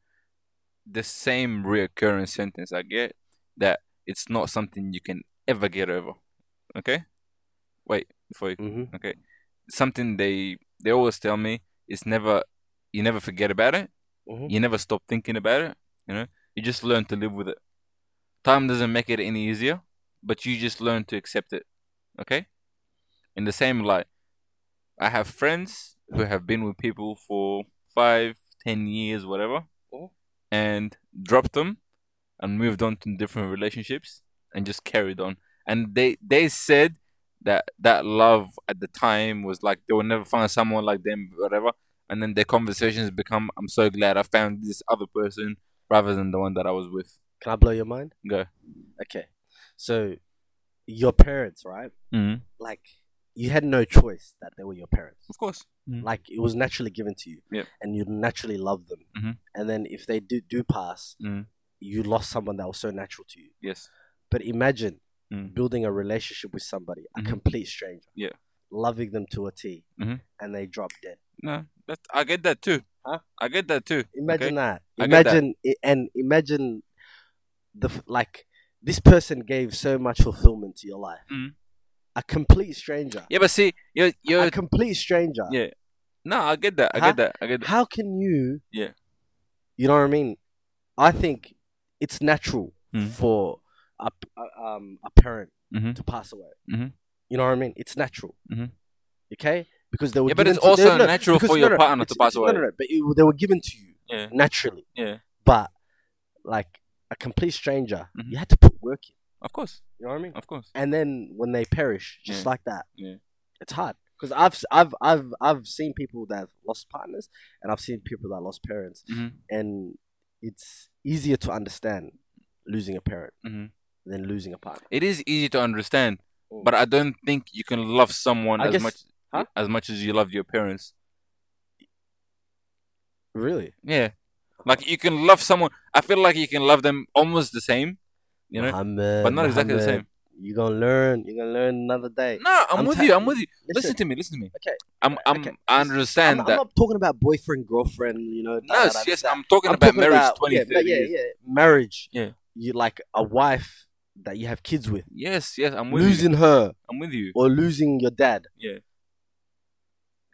S1: the same reoccurring sentence I get that it's not something you can ever get over. Okay, wait before you
S2: Mm-hmm.
S1: something they they always tell me is never you never forget about it.
S2: Mhm.
S1: You never stop thinking about it. You know, you just learn to live with it. Time doesn't make it any easier, but you just learn to accept it. Okay. In the same light, I have friends who have been with people for five, ten years, whatever,
S2: Mhm.
S1: and dropped them and moved on to different relationships and just carried on. And they they said that that love at the time was like they will never find someone like them, whatever. And then their conversations become, I'm so glad I found this other person rather than the one that I was with.
S2: Can I blow your mind?
S1: Go.
S2: Okay, so your parents, right?
S1: Mm-hmm.
S2: Like you had no choice that they were your parents.
S1: Of course.
S2: Like it was naturally given to you,
S1: Yeah.
S2: and you naturally love them.
S1: Mhm.
S2: And then if they do do pass,
S1: Mm.
S2: you lost someone that was so natural to you.
S1: Yes.
S2: But imagine
S1: Mm.
S2: building a relationship with somebody,
S1: Mhm.
S2: a complete stranger.
S1: Yeah.
S2: Loving them to a T,
S1: Mhm.
S2: and they drop dead.
S1: No, that I get that too.
S2: Huh?
S1: I get that too.
S2: Imagine
S1: Okay?
S2: that.
S1: I get that.
S2: Imagine i and imagine the f- like this person gave so much fulfillment to your life.
S1: Mhm.
S2: A complete stranger.
S1: Yeah, but see, you're you're
S2: A complete stranger.
S1: Yeah. no, I get that. I
S2: Huh?
S1: get that. I get that.
S2: How can you?
S1: Yeah.
S2: You know what I mean? I think it's natural
S1: Mhm.
S2: for a, p- a- um, a parent
S1: Mhm.
S2: to pass away.
S1: Mhm.
S2: You know what I mean? It's natural.
S1: Mhm.
S2: Okay, because they were.
S1: Yeah, but
S2: given
S1: it's
S2: to- they-
S1: also
S2: no,
S1: natural
S2: because-
S1: for
S2: no,
S1: your
S2: no,
S1: partner to
S2: it's-
S1: pass
S2: it's-
S1: away.
S2: No, no, no, but it, they were given to you
S1: Yeah.
S2: naturally.
S1: Yeah.
S2: But like a complete stranger,
S1: Mhm.
S2: you had to put work in.
S1: Of course.
S2: You know what I mean?
S1: Of course.
S2: And then when they perish, just
S1: Yeah.
S2: like that,
S1: Yeah.
S2: it's hard. Because I've, s- I've, I've, I've seen people that have lost partners, and I've seen people that lost parents,
S1: Mm-hmm.
S2: and it's easier to understand losing a parent
S1: Mm-hmm.
S2: than losing a partner.
S1: It is easy to understand,
S2: Mm.
S1: but I don't think you can love someone
S2: I
S1: as
S2: guess-
S1: much
S2: huh?
S1: as much as you love your parents.
S2: Really,
S1: Yeah. Like you can love someone. I feel like you can love them almost the same, you know,
S2: Muhammad,
S1: but not exactly the
S2: Muhammad,
S1: same.
S2: You're gonna learn. You're gonna learn another day.
S1: No, I'm,
S2: I'm
S1: with
S2: ta-
S1: you. I'm with you. Listen,
S2: Listen,
S1: to me. Listen to me.
S2: Okay.
S1: I'm. I'm.
S2: Okay.
S1: I
S2: I'm,
S1: understand
S2: I'm
S1: that.
S2: not talking about boyfriend, girlfriend. You know. da, da,
S1: no,
S2: da, da,
S1: yes,
S2: da.
S1: I'm talking
S2: I'm
S1: about
S2: talking
S1: marriage.
S2: about-
S1: 20,
S2: yeah,
S1: 30
S2: yeah,
S1: years.
S2: yeah, marriage.
S1: Yeah.
S2: you like a wife that you have kids with,
S1: Yes, yes, I'm with you.
S2: losing her
S1: I'm with you.
S2: or losing your dad.
S1: Yeah.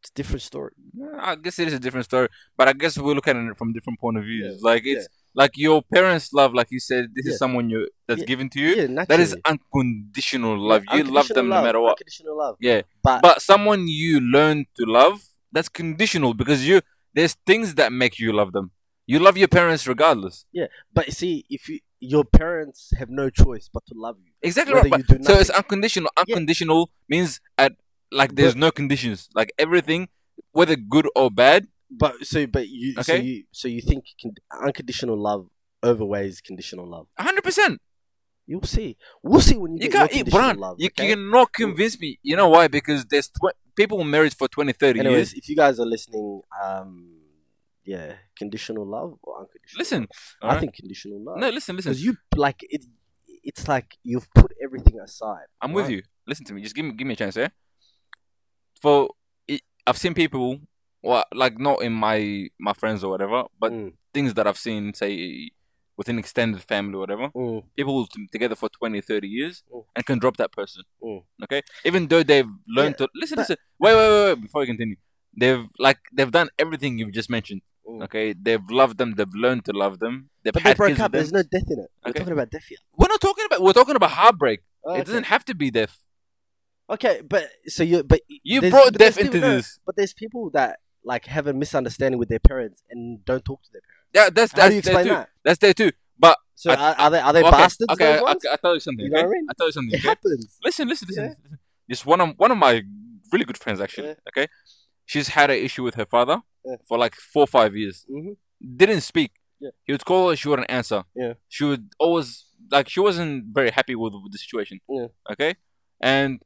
S2: It's a different story.
S1: No, I guess it is a different story, but I guess we look at it from different point of views.
S2: Yeah,
S1: Like it's like your parents' love, like you said, this is
S2: Yeah.
S1: someone you that's
S2: Yeah,
S1: given to you.
S2: Yeah,
S1: That is
S2: naturally.
S1: unconditional
S2: Yeah,
S1: love. you love
S2: unconditional
S1: them no matter what.
S2: Unconditional love.
S1: Yeah,
S2: But,
S1: but someone you learn to love, that's conditional because you there's things that make you love them. You love your parents regardless.
S2: but you see, if you your parents have no choice but to love you,
S1: Exactly
S2: whether
S1: right. but-
S2: you do nothing.
S1: so it's unconditional. Unconditional means at like there's no conditions. Like everything, whether good or bad.
S2: but so but you so
S1: Okay.
S2: you so you think con- unconditional love overweighs conditional love.
S1: hundred percent.
S2: You'll see. We'll see when you,
S1: You
S2: get your
S1: can't,
S2: conditional
S1: Brian.
S2: love.
S1: you,
S2: okay?
S1: you cannot convince me. You know why? Because there's tw- people married for 20, 30
S2: Anyways,
S1: years.
S2: if you guys are listening, um, yeah, conditional love or unconditional.
S1: Listen,
S2: love? I
S1: alright?
S2: think conditional love.
S1: No, listen, listen.
S2: because you like it. It's like you've put everything aside.
S1: I'm with you. Listen to me. Just give me, give me a chance, yeah. For it, I've seen people, well, like not in my my friends or whatever, but
S2: Mm.
S1: things that I've seen, say within extended family or whatever. people who's t- together for 20 30 years
S2: Mm.
S1: and can drop that person
S2: Mm.
S1: okay even though they've learned to listen
S2: but-
S1: listen wait, wait wait wait before you continue they've like they've done everything you've just mentioned
S2: Mm.
S1: okay they've loved them they've learned to love them they've
S2: but they
S1: had
S2: broke
S1: kids with
S2: up. There's
S1: them.
S2: no death in it. We're
S1: Okay.
S2: talking about death here. Oh,
S1: we're not talking about we're talking about heartbreak
S2: Okay.
S1: it doesn't have to be death
S2: Okay, but so you but
S1: you
S2: there's-
S1: brought
S2: but
S1: death
S2: there's
S1: into
S2: people- no,
S1: this
S2: But there's people that like have a misunderstanding with their parents and don't talk to their parents.
S1: yeah that's
S2: How do
S1: that's
S2: you
S1: there
S2: explain
S1: too
S2: that?
S1: that's there too But
S2: So
S1: I-
S2: are, are they are they
S1: okay,
S2: bastards?
S1: Okay,
S2: those
S1: I-
S2: ones?
S1: okay, I tell you something.
S2: You know
S1: okay?
S2: what I mean?
S1: I tell you something.
S2: It
S1: Okay?
S2: happens.
S1: Listen, listen, listen.
S2: Yeah.
S1: listen. Just one of one of my really good friends actually.
S2: Yeah.
S1: Okay, she's had an issue with her father
S2: Yeah.
S1: for like four or five years.
S2: hmm
S1: Didn't speak.
S2: Yeah.
S1: He would call her, she wouldn't answer.
S2: Yeah.
S1: She would always like she wasn't very happy with, with the situation.
S2: Yeah.
S1: Okay, and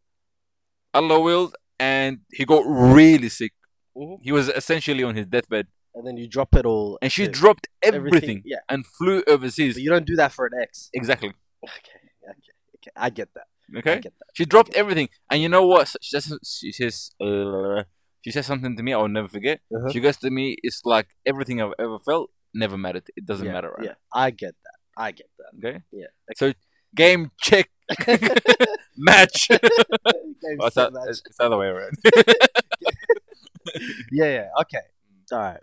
S1: Allah willed, and he got really sick.
S2: hmm
S1: He was essentially on his deathbed,
S2: And then you drop it all.
S1: and she
S2: to
S1: dropped everything,
S2: Yeah,
S1: and flew
S2: but
S1: overseas.
S2: you don't do that for an ex.
S1: Exactly.
S2: Okay, okay, okay. I get that. I
S1: Okay.
S2: get that.
S1: She dropped everything, and you know what? She says, she says, uh, she says something to me I'll never forget.
S2: Uh-huh.
S1: She goes to me, "It's like everything I've ever felt never mattered. It doesn't
S2: yeah,
S1: matter, right?
S2: Yeah, I get that. I get that.
S1: Okay.
S2: Yeah.
S1: So game check match.
S2: Game
S1: Oh, it's,
S2: set
S1: the-
S2: match.
S1: it's the other way around.
S2: Yeah, yeah. Okay. All right.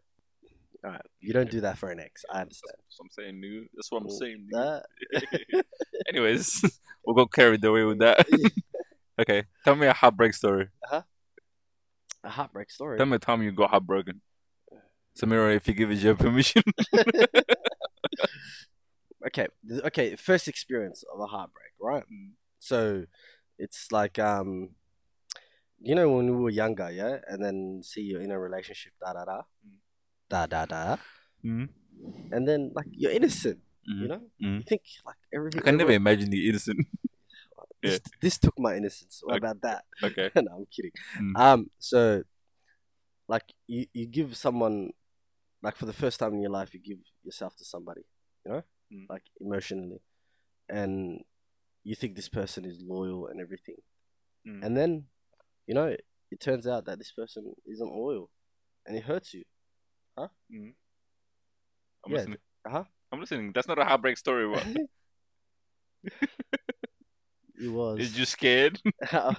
S2: All right. You don't do that for an ex. I understand.
S1: what I'm saying, dude. That's what
S2: I'm
S1: saying.
S2: That,
S1: Anyways, we'll go carried away with that. okay, tell me a heartbreak story.
S2: a heartbreak story.
S1: Tell me a time you got heartbroken. Samira, if you give us your permission.
S2: okay. th- Okay. First experience of a heartbreak, right? So it's like um you know when we were younger, yeah? And then see you're in a relationship, da da da.
S1: Mm.
S2: Da da da.
S1: Mhm.
S2: And then like you're innocent, you
S1: Mhm.
S2: know?
S1: Mm.
S2: You think like everything
S1: I can never
S2: everyone-
S1: imagine you innocent.
S2: this,
S1: yeah.
S2: this took my innocence. What
S1: Okay.
S2: about that?
S1: Okay.
S2: no, I'm kidding.
S1: Mm.
S2: Um, so like you, you give someone like for the first time in your life you give yourself to somebody, you know?
S1: Mm.
S2: Like emotionally. And you think this person is loyal and everything.
S1: Hmm. Mm.
S2: And then, you know, it turns out that this person isn't loyal and it hurts you.
S1: I'm
S2: yeah.
S1: listening.
S2: Uh-huh.
S1: I'm listening. That's not a heartbreak story. What?
S2: It was.
S1: Is you scared?
S2: yeah,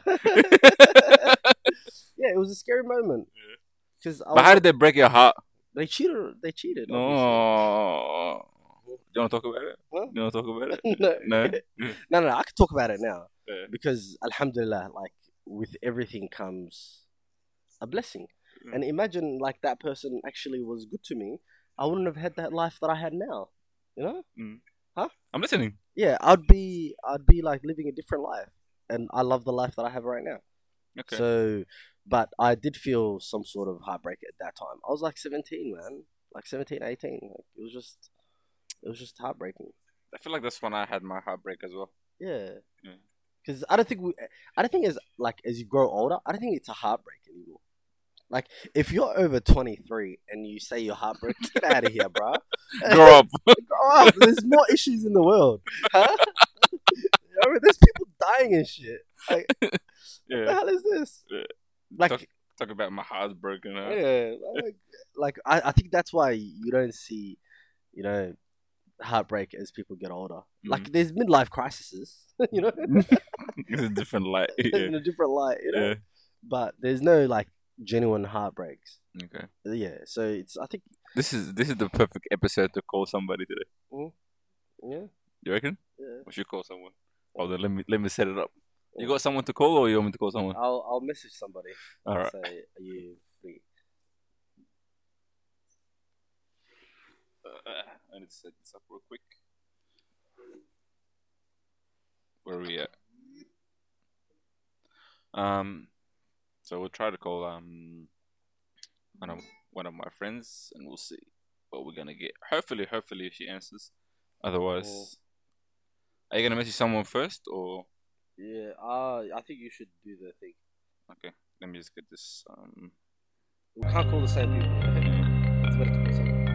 S2: it was a scary moment.
S1: Yeah.
S2: Because
S1: but how did they break your heart?
S2: they cheated. They cheated. obviously.
S1: Oh. Do you want to talk about it?
S2: Huh?
S1: Do you want to talk about it?
S2: no.
S1: No.
S2: no, no, no. I could talk about it now
S1: Yeah.
S2: because Alhamdulillah, like with everything comes a blessing.
S1: Mm.
S2: And imagine like that person actually was good to me. I wouldn't have had that life that I had now. You know?
S1: I'm listening.
S2: Yeah, I'd be I'd be like living a different life. And I love the life that I have right now.
S1: Okay.
S2: So but I did feel some sort of heartbreak at that time. I was like 17, man. Like 17, 18. Like, it was just it was just heartbreaking.
S1: I feel like that's when I had my heartbreak as well.
S2: Yeah.
S1: Yeah.
S2: Because I don't think we, I don't think as like as you grow older, I don't think it's a heartbreak anymore. Like if you're over twenty three and you say you're heartbroken, get out of here, bro.
S1: Grow up.
S2: Grow up. There's more issues in the world. Huh? You know, there's people dying and shit. What the
S1: yeah.
S2: hell is this?
S1: Yeah.
S2: Like,
S1: Talk about my heartbroken. Huh?
S2: yeah, like, like I, I think that's why you don't see, you know, heartbreak as people get older.
S1: Mm-hmm.
S2: Like there's midlife crises, you know,
S1: it's a different light. Yeah.
S2: in a different light, you know.
S1: yeah.
S2: but there's no like genuine heartbreaks.
S1: Okay.
S2: Yeah, so it's I think
S1: This is this is the perfect episode to call somebody today.
S2: yeah,
S1: You reckon?
S2: yeah.
S1: We should call someone. Hold on. Let me let me set it up. You got someone to call, or you want me to call someone?
S2: I'll I'll message somebody.
S1: All right.
S2: Say, are you free?
S1: Uh, I need to set this up real quick. Where are we at? Um, so we'll try to call um one of one of my friends, and we'll see what we're gonna get. Hopefully, hopefully she answers. Otherwise, are you gonna message someone first, or
S2: Yeah, uh, I think you should do the thing.
S1: okay? Let me just get this. Um,
S2: We can't call the same people. It's better to call someone.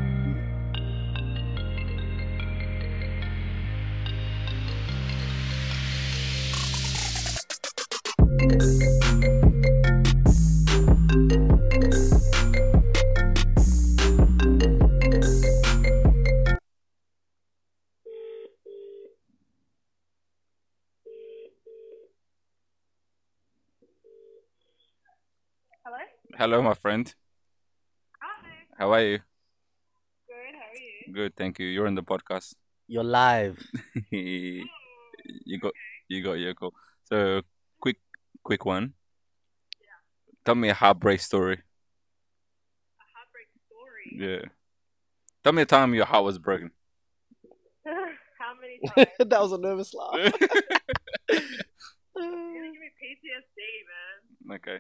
S3: Hello?
S1: hello, my friend.
S3: Hi.
S1: How are you?
S3: Good, how are you?
S1: Good, thank you. You're on the podcast.
S2: You're live.
S1: you got you got your call. So quick quick one. Tell me a heartbreak story.
S3: A heartbreak story.
S1: Yeah. Tell me a time your heart was broken.
S3: um,
S2: that was a nervous laugh.
S3: You're gonna give me PTSD, man.
S1: okay.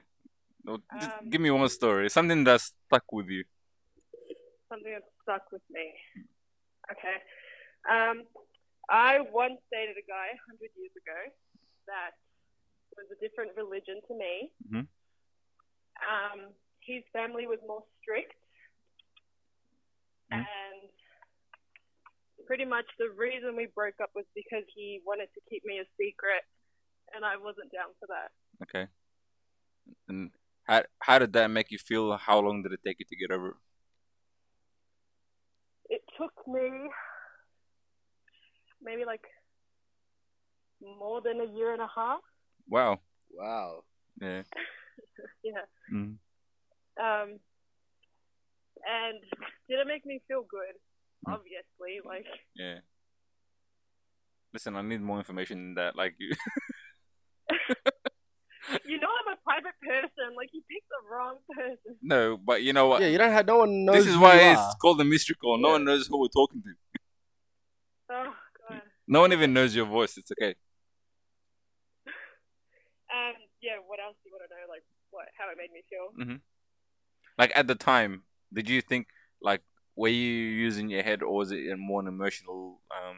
S1: Well, just
S3: Um,
S1: give me one story. Something that stuck with you.
S3: Something that stuck with me. Okay. Um, I once dated a guy 100 years ago that was a different religion to me.
S1: Mhm.
S3: Um, his family was more strict.
S1: Mhm.
S3: And pretty much the reason we broke up was because he wanted to keep me a secret, and I wasn't down for that.
S1: Okay. And how how did that make you feel? How long did it take you to get over? it?
S3: it took me maybe like more than a year and a half.
S1: Wow.
S2: wow.
S1: Yeah.
S3: Yeah.
S1: Mm.
S3: Um, and did it make me feel good?
S1: Mm.
S3: Obviously, like
S1: Yeah. Listen, I need more information than that. Like you.
S3: you know, I'm a private person. Like you picked the wrong person.
S1: No, but you know what?
S2: Yeah, you don't have. No one knows.
S1: this is
S2: who
S1: why
S2: you
S1: it's
S2: are.
S1: called a mystery call. No
S2: Yeah.
S1: one knows who we're talking to.
S3: Oh god.
S1: No one even knows your voice. It's okay.
S3: Um, yeah. What else do you want to know? Like what? How it made me feel?
S1: Mm-hmm. Like at the time, did you think like were you using your head or was it a more an emotional? Um,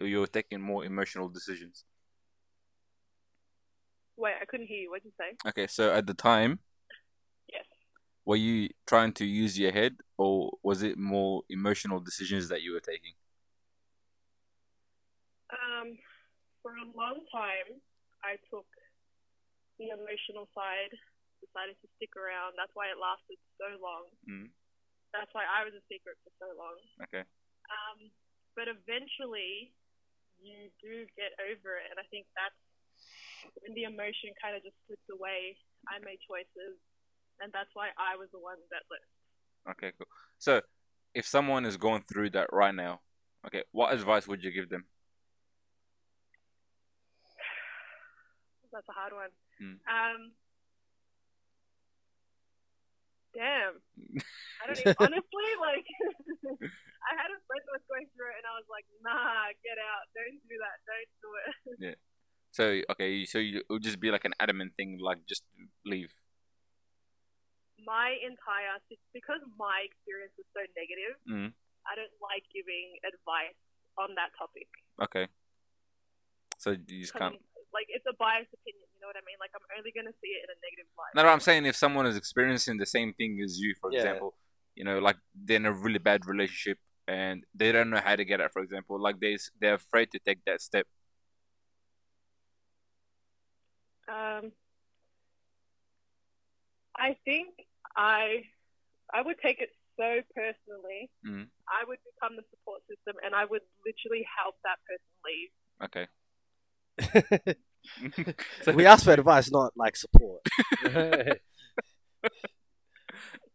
S1: you were taking more emotional decisions.
S3: Wait, I couldn't hear you. What did you say?
S1: Okay, so at the time,
S3: Yes.
S1: were you trying to use your head or was it more emotional decisions that you were taking?
S3: Um, for a long time, I took the emotional side, decided to stick around. That's why it lasted so long.
S1: Mm.
S3: That's why I was a secret for so long.
S1: Okay.
S3: Um, but eventually, you do get over it, and I think that's when the emotion kind of just slipped away. I made choices, and that's why I was the one that left.
S1: Okay, cool. So, if someone is going through that right now, okay, what advice would you give them?
S3: That's a hard one.
S1: Mm.
S3: Um, damn. I don't even, honestly, like, I had a friend that was going through it, and I was like, nah, get out. Don't do that. Don't do it.
S1: So, okay, so you, it would just be like an adamant thing, like just leave.
S3: My entire, because my experience was so negative,
S1: Mm.
S3: I don't like giving advice on that topic.
S1: Okay. So you just can't.
S3: 'Cause I'm- Like, it's a biased opinion, you know what I mean? Like, I'm only going to see it in a negative light.
S1: No, no, I'm saying if someone is experiencing the same thing as you, for
S2: Yeah.
S1: example, you know, like they're in a really bad relationship and they don't know how to get out, for example, like they s- they're afraid to take that step.
S3: Um, I think I I would take it so personally.
S1: Mhm.
S3: I would become the support system, and I would literally help that
S1: Okay.
S3: person leave.
S1: so,
S2: we ask for advice, not like support.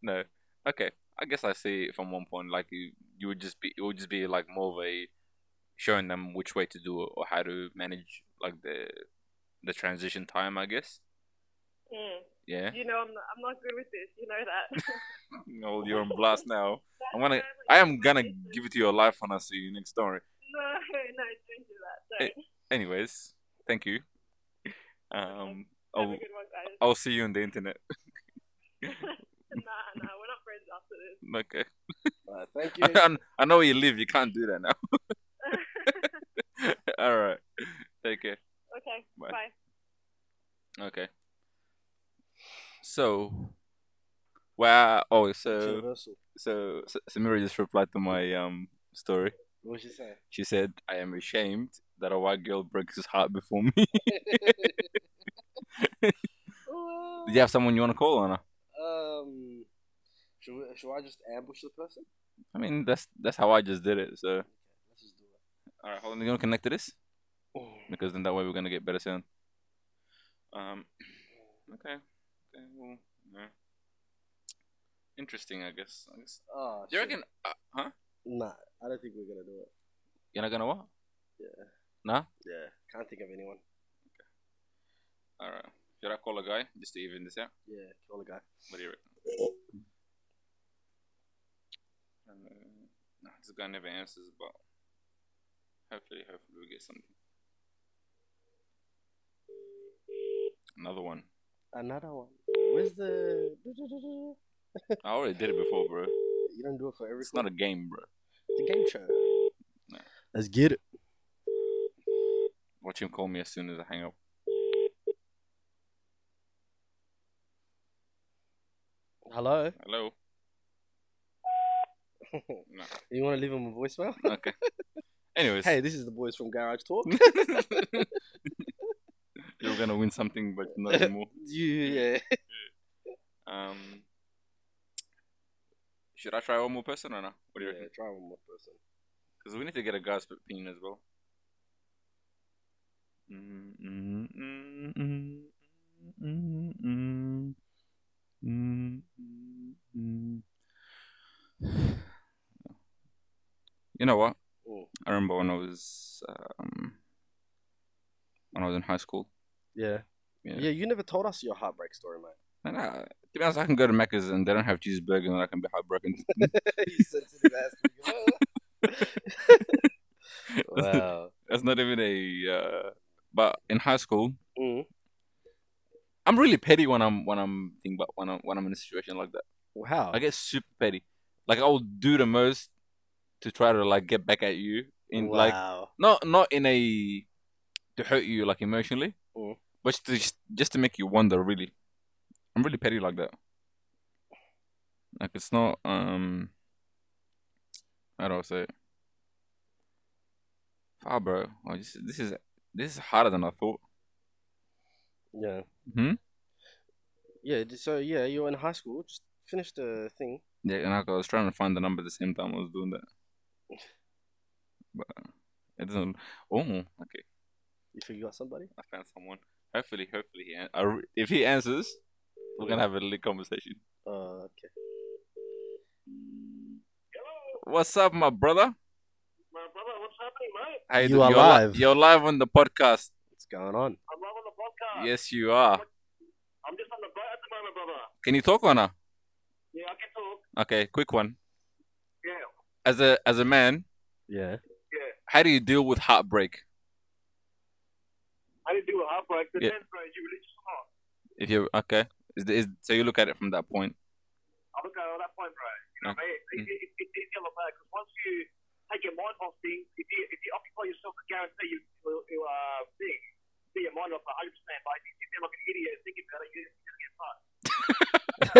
S1: No. Okay. I guess I see it from one point. Like you, you would just be, it would just be like more of a showing them which way to do it or how to manage like the the transition time. I guess. Mm. Yeah.
S3: You know, I'm not, I'm not good with this. You know that.
S1: No, you're on blast now. I'm gonna,
S3: That's
S1: I
S3: my-
S1: am
S3: my
S1: gonna
S3: business.
S1: give it to your life when I see you next story.
S3: No, no, don't do that. Don't.
S1: Hey, Anyways, thank you. Um,
S3: Have
S1: I'll
S3: a good one, guys.
S1: I'll see you on the internet.
S3: nah, nah, we're not friends after this.
S1: Okay.
S2: Uh, thank you.
S1: I, I know where you live. You can't do that now. All right. Take care.
S3: Okay,
S1: Bye.
S3: bye.
S1: Okay. So, wow. Oh, so
S2: Universal.
S1: so S- Samira just replied to my um story.
S2: What she say?
S1: She said, "I am ashamed that a white girl breaks his heart before me." Did you have someone you want to call on?
S2: Um, should, we, should I just ambush the person?
S1: I mean, that's that's how I just did it. So,
S2: Let's just do
S1: all right, hold on. You gonna connect to this
S2: it.
S1: because then that way we're gonna get better sound. Um. Okay. Okay. Well. Yeah. Interesting, I guess. I guess.
S2: Oh,
S1: Do you
S2: shit.
S1: reckon? Uh, huh?
S2: Nah, I don't think we're gonna do it.
S1: You're not gonna what?
S2: Yeah.
S1: Nah?
S2: Yeah. Can't think of anyone.
S1: All right. Should I call a guy just to even this out?
S2: Yeah. Call a guy.
S1: What do you reckon? Uh, nah, this guy never answers, but Hopefully, hopefully we get something. Another one.
S2: Another one. Where's the? You
S1: I already did it before, bro.
S2: don't do it for every.
S1: It's not a game, bro.
S2: It's a game show.
S1: No.
S2: Let's get it.
S1: Watch him call me as soon as I hang up.
S2: Hello.
S1: Hello. No.
S2: You want to leave him a voicemail?
S1: Okay. Anyways,
S2: Hey, this is the boys from Garage Talk.
S1: you're gonna win something, but not anymore.
S2: you, yeah.
S1: Um, should I try one more person or not? What do you reckon?
S2: try one more person.
S1: Because we need to get a guy's opinion as well. Okay, You know what?
S2: Oh.
S1: I remember when I was um, when I was in high school.
S2: Yeah.
S1: Yeah.
S2: yeah. you never told us your heartbreak story, mate.
S1: And I, to be honest, I can go to Macca's and they don't have cheeseburger and I can be heartbroken.
S2: you sensitive ass. wow.
S1: That's not even a. Uh, but in high school,
S2: Mm.
S1: I'm really petty when I'm when I'm thinking about when I'm when I'm in a situation like that.
S2: Wow.
S1: I get super petty. Like I'll do the most to try to like get back at you in like
S2: wow.
S1: not not in a to hurt you like emotionally,
S2: Mm.
S1: but just to, just, just to make you wonder. Really, I'm really petty like that. Like it's not um. How do I say it? Far, bro. Oh, this, this is this is harder than I thought.
S2: Yeah.
S1: Hmm?
S2: Yeah. d- So yeah, you were in high school. Just finish the thing.
S1: Yeah, and I was trying to find the number at the same time I was doing that. But it doesn't. Oh, okay.
S2: You forgot somebody?
S1: I found someone. Hopefully, hopefully he. An- I re- if he answers, we're gonna have a little conversation.
S2: Uh, okay.
S1: What's up, my brother?
S4: My brother, what's happening, mate?
S1: How
S2: You
S1: doing?
S2: are
S1: You're li-
S2: live.
S1: you're live on the podcast.
S2: What's going on?
S4: I'm live on the podcast.
S1: Yes, you are.
S4: I'm just on the boat at the moment, brother.
S1: Can you talk or not?
S4: Yeah, I can talk.
S1: Okay, quick one.
S4: Yeah.
S1: As a as a man,
S2: Yeah.
S1: how do you deal with heartbreak?
S4: How do you do a heartbreak? The
S1: Yeah.
S4: yeah. bro, you really smart.
S1: If you okay, is, the- is so you look at it from that point.
S4: I look at it at that point, bro. You know what I mean?
S1: Mm-hmm.
S4: It- it- it- It's easy on the back because once you take your mind off things, if you, if you occupy yourself with guarantee, you will you, uh, thing, see your mind off 100%. But if you sit there like an idiot thinking about it, you you just get fucked.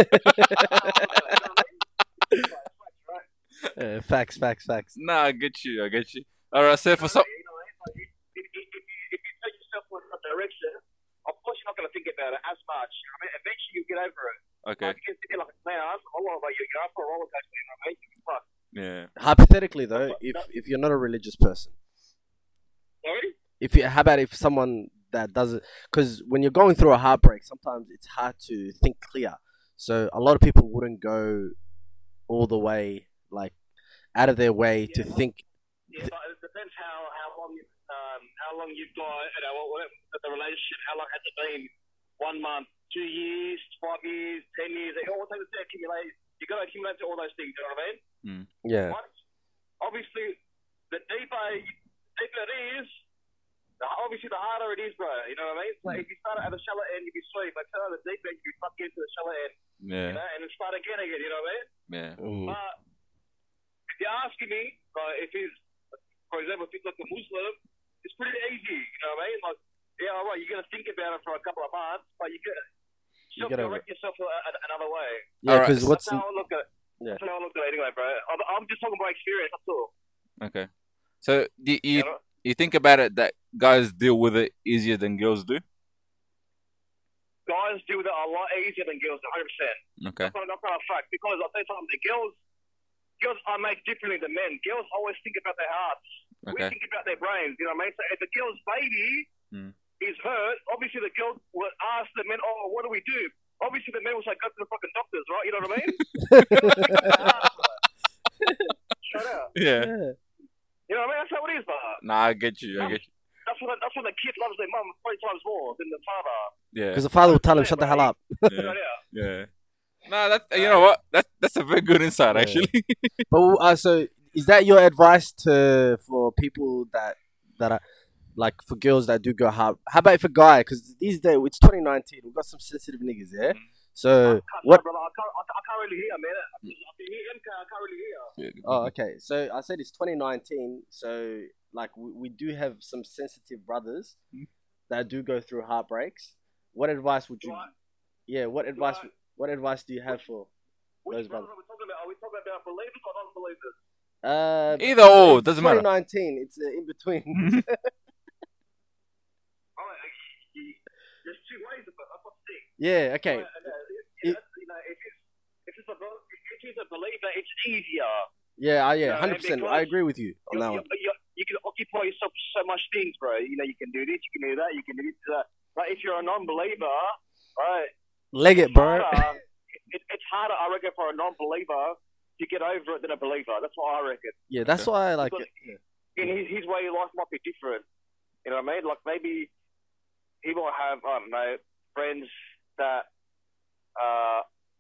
S4: You know what I mean? Like, fuck, right?
S2: Uh, facts. Facts. Facts.
S1: Nah, I get you. I get you. All right, so for some.
S4: You know, it's like, if, if, if, you, if you take yourself in a direction, of course you're not going to think about it as much. You know what I mean? Eventually you get over it.
S1: Okay.
S4: Like, you can sit there like, man, I'm all over you. You're up for a roller coaster, you know what I mean? You can fuck.
S1: Yeah.
S2: Hypothetically, though, if if you're not a religious person,
S4: Sorry?
S2: if you how about if someone that doesn't because when you're going through a heartbreak sometimes it's hard to think clear so a lot of people wouldn't go all the way like out of their way to
S4: Yeah.
S2: think
S4: Yeah, but it depends how, how long you um, how long you've got you know what, what the relationship. How long has it been? One month, two years, five years, ten years. It all takes to accumulate. You got to accumulate all those things. You know what I mean?
S2: yeah
S4: Once, obviously, the deeper, deeper it is, the, obviously the harder it is, bro. You know what I mean? Like if you start at the shallow end, you'd be sweet, but turn the deep end, you'd be fucked into the shallow end, you
S1: Yeah.
S4: know, and then start again, again. You know what I mean?
S1: Yeah.
S2: Mm.
S4: But Uh, if you're asking me, like if he's, for example, if he's like a Muslim, it's pretty easy. You know what I mean? Like, yeah, all right, you're gonna think about it for a couple of months, but you can
S2: You get over it.
S4: self-direct yourself a, a, another way.
S2: yeah
S1: Alright,
S2: because
S1: so
S2: what's
S4: That's how I look at it.
S2: Yeah.
S4: That's how I look at it anyway, bro. I'm, I'm just talking about experience. That's all.
S1: Okay. So do you
S4: know?
S1: you think about it that guys deal with it easier than girls do?
S4: guys do that a lot easier than girls, 100%. That's
S1: Okay.
S4: not, that's not a fact because I think something, the girls, girls are made differently than men. Girls always think about their hearts. We
S1: Okay.
S4: think about their brains, you know what I mean? So if the girl's baby
S1: Mm.
S4: is hurt, obviously the girl will ask the men, oh, what do we do? Obviously the men will say, go to the fucking doctors, right? You know what I mean? Shut up.
S1: Yeah.
S2: yeah.
S4: You know what I mean? That's how it is, but
S1: Nah, I get you. I get
S4: that's when, that's when the kid loves their mum three times more than the father.
S1: you. Yeah.
S2: 'Cause the father will tell him shut the hell up
S1: Yeah.
S4: Shut up.
S1: yeah. Nah, that you know what? That that's a very good insight
S2: Yeah.
S1: actually.
S2: but uh, so is that your advice to for people that that are like for girls that do go hard. How about if a guy? Because these days it's 2019, we've got some sensitive niggas, yeah. So what?
S4: Brother, Mm. I can't, I can't- I can't really hear, man. I can I can hear him, I can't really hear. Mm-hmm.
S2: Oh, okay. So I said it's 2019. So like we, we do have some sensitive brothers
S4: Mm-hmm.
S1: Mm.
S2: that do go through heartbreaks. What advice would you?
S4: Right.
S2: Yeah. What advice?
S4: Right.
S2: What advice do you have for? Those
S4: Which brothers
S2: brothers.
S4: are we talking about? Are we talking about believers or non-believers?
S2: Uh,
S1: Either or,
S2: it's
S1: doesn't matter.
S2: 2019. It's uh, in
S4: Mm-hmm.
S2: between.
S4: All right, there's two ways of it. That's what I'm saying.
S2: yeah. Okay.
S4: Right, and, uh, you know, you know, if it's if it's a bel- if it's a believer, it's easier.
S2: Yeah. I
S4: No,
S2: yeah.
S4: and
S2: Hundred percent. I
S4: because-
S2: agree with you on
S4: you
S2: that one.
S4: you you can occupy yourself with so much things, bro. You know, you can do this, you can do that, you can do this, that. But if you're a non-believer, right,
S2: Leg it, bro.
S4: harder- it, it's harder, I reckon, for a non-believer to get over it than a believer. That's what I reckon.
S2: Yeah. That's why I like uh,
S4: Because
S2: it.
S4: in his, his way of life might be different. You know what I mean? Like maybe he might have I don't know friends that uh,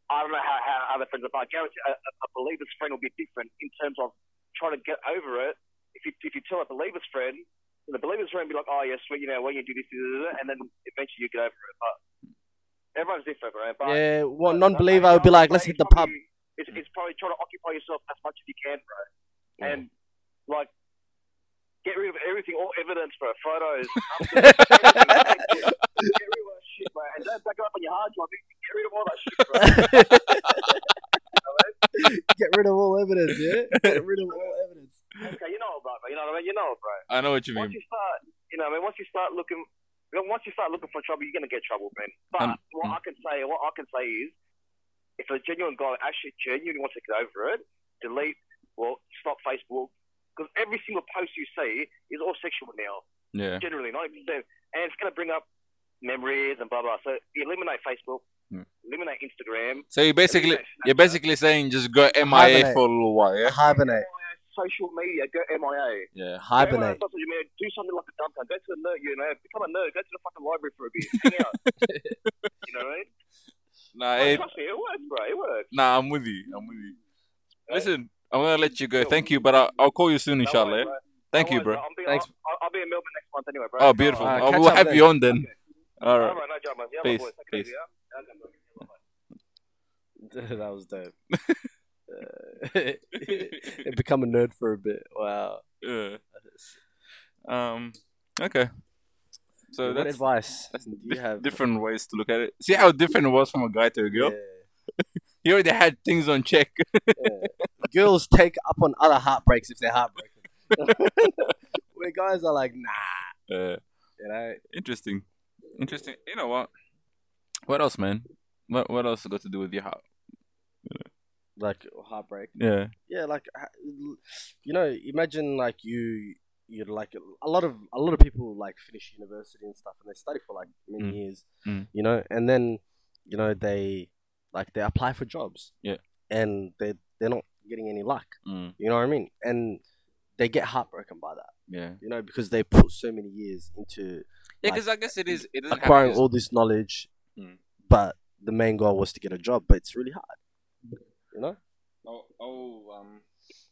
S4: I don't know how, how other friends are. But I guarantee a, a a believer's friend will be different in terms of trying to get over it. If you if you tell a believer's friend, then the believer's friend will be like, oh yes, well, you know, when you do this, this, this, this," and then eventually you get over it. But everyone's different, right? But
S2: Yeah. Well, non-believer would be like, let's hit the pub.
S4: it's, it's probably trying to occupy yourself as much as you can, bro. And like, get rid of everything, all evidence, bro, photos. numbers, everything. get rid of all that shit, bro. And don't back it up on your hard drive. Get rid of all that shit, bro.
S2: Get rid of all evidence. Yeah. Get rid of all evidence.
S4: okay, you know it, bro. You know what I mean? You know it, bro.
S1: I know what you
S4: Once
S1: mean.
S4: you start, you know, what I mean, once you start looking, you know, once you start looking for trouble, you're gonna get trouble, man. But
S1: Um,
S4: what I can say, what I can say is, if a genuine guy actually genuinely wants to get over it, delete, well, stop Facebook, because every single post you see is all sexual now,
S1: Yeah.
S4: generally 90%, and it's gonna bring up memories and blah blah. So you eliminate Facebook,
S1: Hmm.
S4: eliminate Instagram,
S1: So you basically
S4: eliminate Snapchat.
S1: you're basically saying just go MIA
S2: Hibernate.
S1: for a little while, yeah?
S2: Hibernate.
S4: social media, go MIA.
S1: Yeah.
S2: Hibernate.
S4: Go around social media, do something like a dumb cunt. Go to the nerd, you know, become a nerd. Go to the fucking library for a bit. Hang out. you know what I mean?
S1: Nah,
S4: Hey,
S1: it,
S4: trust me, it works, bro. It works.
S1: nah, I'm with you. I'm with you.
S4: Right.
S1: Listen, I'm gonna let you go. Thank you, but I'll, I'll call you soon,
S4: No
S1: inshallah.
S4: worries,
S1: yeah?
S4: bro.
S1: Thank
S4: No
S1: you,
S4: worries,
S1: bro.
S4: I'll be,
S2: Thanks.
S4: I'll, I'll be in Melbourne next month anyway, bro.
S1: Oh, beautiful.
S2: Alright,
S1: I
S2: catch
S1: will
S2: up
S1: have
S2: then.
S1: you on then. All
S4: All
S1: right.
S4: right, no dramas. Yeah,
S1: Peace,
S4: my boys. Take it
S1: peace.
S4: easy, yeah? Okay, bro.
S2: that was dope. Uh, it become a nerd for a bit. Wow.
S1: Yeah. Um. Okay. So
S2: what
S1: that's
S2: advice
S1: that's
S2: do you
S1: dif-
S2: have?
S1: different ways to look at it. See how different it was from a guy to a girl.
S2: Yeah.
S1: He already had things on check.
S2: Girls take up on other heartbreaks if they're heartbroken. Where guys are like, nah,
S1: Uh,
S2: you know.
S1: interesting. Interesting. You know what? What else, man? What What else got to do with your heart?
S2: Like heartbreak.
S1: Yeah.
S2: Yeah, like ha- you know, imagine like you you're like a lot of a lot of people like finish university and stuff and they study for like many
S1: Mm.
S2: years.
S1: Mm.
S2: You know, and then you know, they like they apply for jobs.
S1: Yeah.
S2: And they they're not getting any luck.
S1: Mm,
S2: You know what I mean? And they get heartbroken by that,
S1: yeah.
S2: you know, because they put so many years into
S1: Yeah,
S2: Like,
S1: because I guess it is. It doesn't
S2: acquiring
S1: happen.
S2: all this knowledge,
S1: Mm.
S2: but the main goal was to get a job, but it's really hard, you know.
S1: oh, oh, um.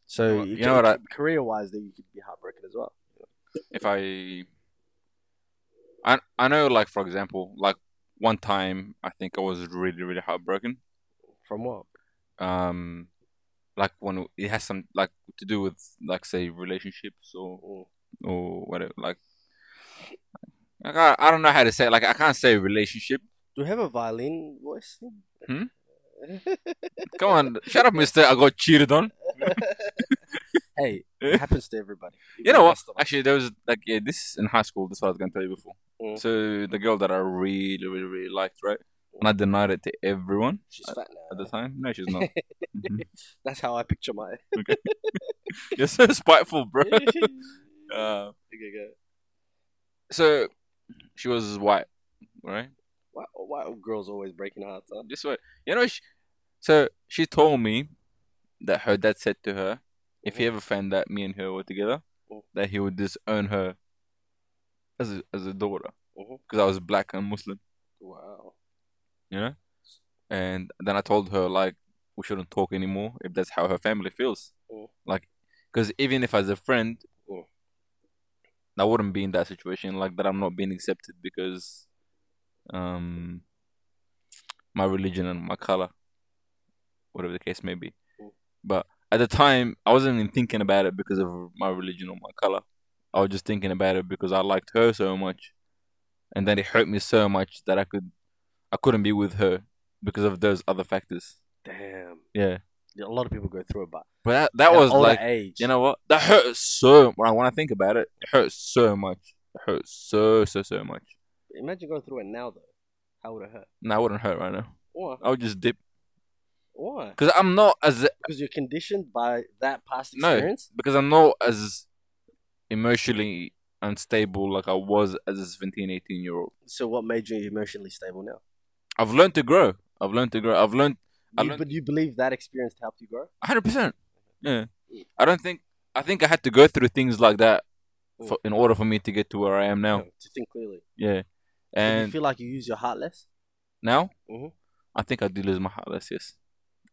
S2: So
S1: Well,
S2: you,
S1: you know what I-
S2: career wise, then you could be heartbroken as well.
S1: if I, I I know like for example like one time I think I was really really heartbroken
S2: From what?
S1: um like when it has some like to do with like say relationships or
S2: Mm.
S1: or whatever like like, I, I don't know how to say it. like I can't say relationship
S2: Do you have a violin voice?
S1: Hmm? come on shut up mister I got cheated on
S2: hey,
S1: Eh?
S2: it happens to everybody.
S1: you know what actually there was like yeah this in high school that's what I was gonna tell you before
S2: Mm.
S1: so the girl that I really really really liked right and I denied it to everyone
S2: She's fat
S1: at
S2: now.
S1: the time no she's not Mm-hmm.
S2: That's how I picture my.
S1: You're so spiteful, bro.
S2: Okay,
S1: Uh,
S2: go.
S1: so she was white, right?
S2: Why, why are girls always breaking hearts? Huh?
S1: This way, you know. She, so she told me that her dad said to her, if he ever found that me and her were together,
S2: Mhm.
S1: that he would disown her as a, as a daughter
S2: Mhm.
S1: because I was black and Muslim,
S2: Wow.
S1: you know. And then I told her like we shouldn't talk anymore if that's how her family feels,
S2: Mhm.
S1: like because even if as a friend,
S2: Mhm.
S1: I wouldn't be in that situation like that. I'm not being accepted because, um, my religion and my color, whatever the case may be. But at the time, I wasn't even thinking about it because of my religion or my color. I was just thinking about it because I liked her so much, and then it hurt me so much that I could, I couldn't be with her because of those other factors.
S2: Damn.
S1: Yeah,
S2: Yeah, A lot of people go through it, but
S1: but that that
S2: at
S1: was
S2: older
S1: like
S2: age.
S1: you know what? That hurts so. When I, when I think about it, it hurts so much. It hurts so so so much.
S2: Imagine going through it now though. How would it hurt?
S1: No, it wouldn't hurt right now.
S2: Why?
S1: I would just dip
S2: Why?
S1: because I'm not as
S2: Because you're conditioned by that past
S1: No.
S2: experience.
S1: because I'm not as emotionally unstable like I was as a 17, 18 year old.
S2: So what made you emotionally stable now?
S1: I've learned to grow. I've learned to grow. I've learned I
S2: You,
S1: learned-
S2: but you believe that experience helped you grow?
S1: 100. percent Yeah, I don't think I think I had to go through things like that for, in order for me to get to where I am now.
S2: No, To think clearly.
S1: Yeah,
S2: And
S1: and
S2: you feel like you use your heart less?
S1: now
S2: Mhm.
S1: I think I do lose my heartless. Yes,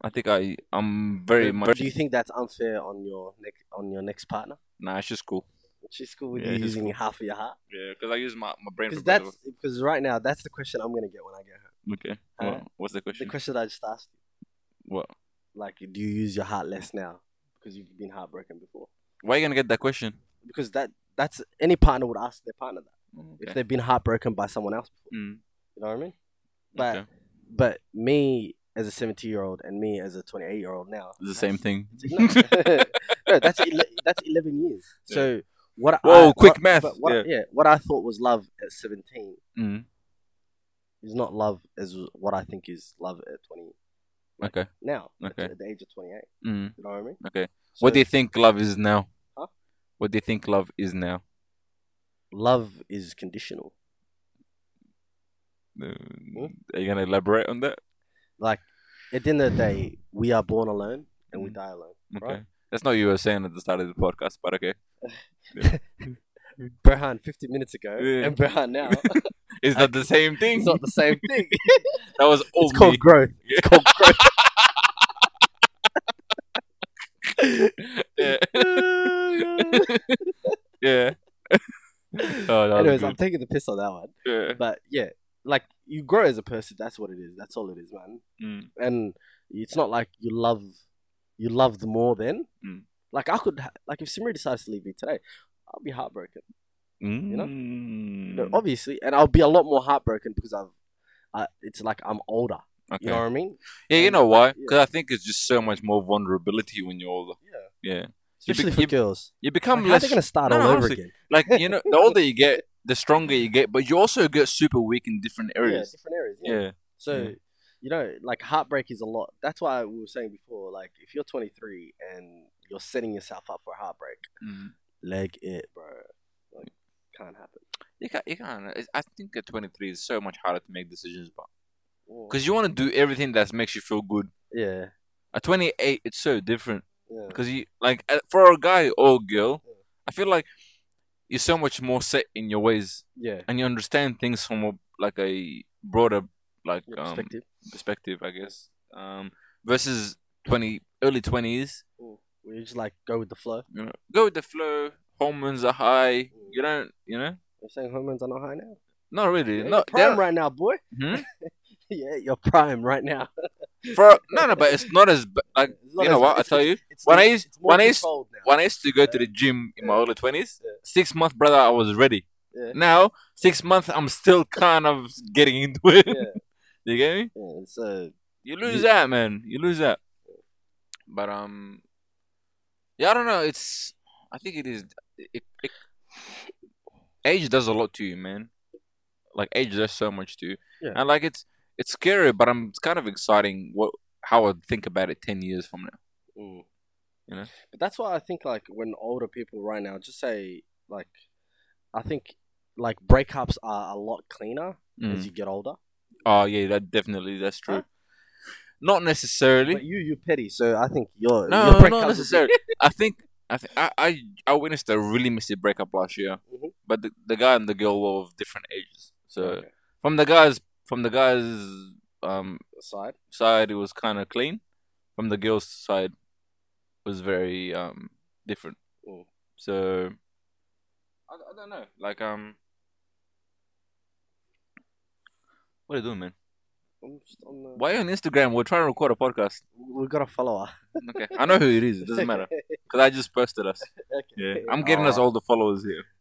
S1: I think I I'm very
S2: Do-
S1: much.
S2: Do you think that's unfair on your next on your next partner?
S1: Nah, it's just cool.
S2: She's cool with
S1: Yeah,
S2: you
S1: she's
S2: using half of your heart.
S1: Yeah, because I use my, my brain.
S2: Because that's because right now that's the question I'm gonna get when I get home.
S1: okay.
S2: Huh?
S1: Well, what's the
S2: The
S1: question?
S2: question I just asked you,
S1: what?
S2: like, do you use your heart less now because you've been heartbroken before?
S1: Why are you gonna get that question?
S2: Because that that's any partner would ask their partner that Mm, if
S1: Okay.
S2: they've been heartbroken by someone else.
S1: Mm,
S2: You know what I mean? But
S1: okay.
S2: but me as a 17 year old and me as a 28 year old now,
S1: It's the
S2: that's-
S1: same thing.
S2: it's- No, No, that's ele- that's 11 years. So what? I,
S1: Whoa, quick
S2: what-
S1: math.
S2: but What,
S1: Yeah.
S2: yeah, what I thought was love at 17
S1: Mm,
S2: is not love as what I think is love at 20
S1: okay.
S2: now. at-
S1: Okay.
S2: At, the age of 28.
S1: Mm,
S2: You know what I mean?
S1: okay.
S2: So
S1: What do you think love is now?
S2: Huh?
S1: What do you think love is now?
S2: love is conditional.
S1: Uh, Are you gonna elaborate on that?
S2: Like at the end of the day, we are born alone and we
S1: Mhm.
S2: die alone.
S1: Okay.
S2: Right?
S1: That's not what you were saying at the start of the podcast, but okay.
S2: Berhan 50 minutes ago
S1: Yeah.
S2: and Berhan now.
S1: Is that the same thing?
S2: it's not the same thing.
S1: that was all
S2: It's called
S1: me.
S2: growth.
S1: Yeah.
S2: It's called growth.
S1: yeah. yeah. Oh, that was
S2: Anyways,
S1: good.
S2: I'm taking the piss on that one.
S1: Yeah.
S2: But yeah, like you grow as a person. That's what it is. That's all it is, man.
S1: Mm,
S2: And it's not like you love you loved more then.
S1: Mm.
S2: Like I could ha- like if Simri decides to leave me today, I'll be heartbroken. know?
S1: Mm.
S2: No, obviously, and I'll be a lot more heartbroken because I've. I, it's like I'm older.
S1: okay.
S2: You know what I mean?
S1: yeah, you
S2: and-
S1: know why?
S2: yeah.
S1: Because I think it's just so much more vulnerability when you're older. Yeah. Yeah. You
S2: Especially
S1: bec-
S2: for
S1: you-
S2: girls.
S1: You
S2: Like,
S1: become
S2: how are they
S1: less
S2: gonna start
S1: No,
S2: all
S1: no,
S2: over
S1: honestly,
S2: again?
S1: like you know the older you get the stronger you get but you also get super weak in different
S2: Yeah,
S1: areas
S2: different areas.
S1: yeah, Mm.
S2: So,
S1: Yeah.
S2: you know, like heartbreak is a lot. That's why we were saying before, like if you're 23 and you're setting yourself up for heartbreak,
S1: Mm.
S2: leg it, bro. Like, can't happen.
S1: You can't, you can't. it's- I think at 23 it's so much harder to make decisions
S2: Or-
S1: because you want to do everything that makes you feel good
S2: yeah,
S1: at 28 it's so different
S2: yeah,
S1: because you like uh, for a guy or girl
S2: Yeah.
S1: I feel like you're so much more set in your ways
S2: yeah.
S1: and you understand things from a, like a broader like
S2: Your
S1: um,
S2: perspective.
S1: perspective I guess um, versus 20 early 20s
S2: Or where you just like go with the flow.
S1: you know, go with the flow. Hormones are high.
S2: Mm.
S1: You don't, you know,
S2: You're saying hormones are not high now.
S1: not really.
S2: Yeah,
S1: no,
S2: you're
S1: they
S2: prime
S1: don't-
S2: right now, boy.
S1: Hmm?
S2: yeah, you're prime right now.
S1: For no, no, but it's not as b- like
S2: It's not
S1: Uh, you know
S2: as-
S1: what, I
S2: it's-
S1: tell
S2: it's- it's
S1: when
S2: not-
S1: I used-
S2: it's more
S1: when I used-
S2: controlled now.
S1: when I used to go to the gym in my early twenties.
S2: Yeah.
S1: Six month, brother, I was ready.
S2: Yeah.
S1: Now six months, I'm still kind of getting into it.
S2: Yeah.
S1: you get me?
S2: Yeah, so
S1: You lose that, man. You lose that. But um, yeah, I don't know. It's I think it is. It, it, age does a lot to you, man. Like age does so much to you,
S2: Yeah.
S1: and like it's it's scary, but I'm it's kind of exciting. What how I think about it ten years from now.
S2: Mm.
S1: You know?
S2: But that's why I think like when older people right now just say like I think like breakups are a lot cleaner as you get older.
S1: Mm. Oh yeah, that definitely that's true.
S2: Huh?
S1: Not necessarily.
S2: But you you petty, so I think your
S1: no,
S2: your
S1: no,
S2: breakups
S1: not
S2: would
S1: necessarily. I think I, th- I I I witnessed a really messy breakup last year,
S2: Mhm.
S1: but the, the guy and the girl were of different ages.
S2: be-
S1: So
S2: Okay.
S1: from the guys from the guys um
S2: Aside.
S1: side it was kind of clean from the girls side it was very um different
S2: Mm.
S1: so I, I don't know. Like um, what are you doing, man?
S2: I'm just on the.
S1: Why are you on Instagram? We're trying to record a podcast.
S2: We've got a follower.
S1: Okay, I know who it is. It doesn't matter because I just posted us.
S2: okay.
S1: Yeah, I'm getting us all the followers here.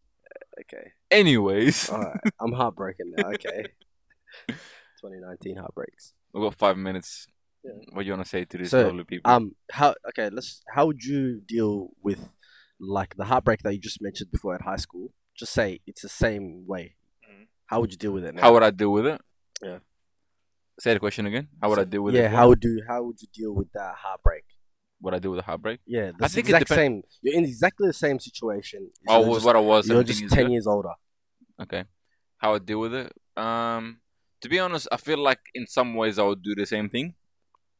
S2: Okay.
S1: Anyways,
S2: All right. I'm heartbroken now. Okay. 2019 heartbreaks.
S1: we've got five minutes.
S2: Yeah.
S1: What do you want to say to these
S2: So,
S1: lovely people?
S2: Um. How? Okay. Let's. How would you deal with like the heartbreak that you just mentioned before at high school? Just say it's the same way.
S1: Mhm.
S2: How would you deal with it? Now?
S1: How would I deal with it?
S2: Yeah.
S1: Say the question again. How would I
S2: So-
S1: deal with
S2: yeah,
S1: it?
S2: how would you how would you deal with that heartbreak?
S1: What I do with the heartbreak?
S2: Yeah, the
S1: think it
S2: exact
S1: depend-
S2: same. You're in exactly the same situation.
S1: Oh,
S2: you're
S1: with
S2: just,
S1: what I was.
S2: you're
S1: 17
S2: just
S1: years
S2: ten
S1: ago.
S2: years older.
S1: Okay. How I deal with it? Um, to be honest, I feel like in some ways I would do the same thing.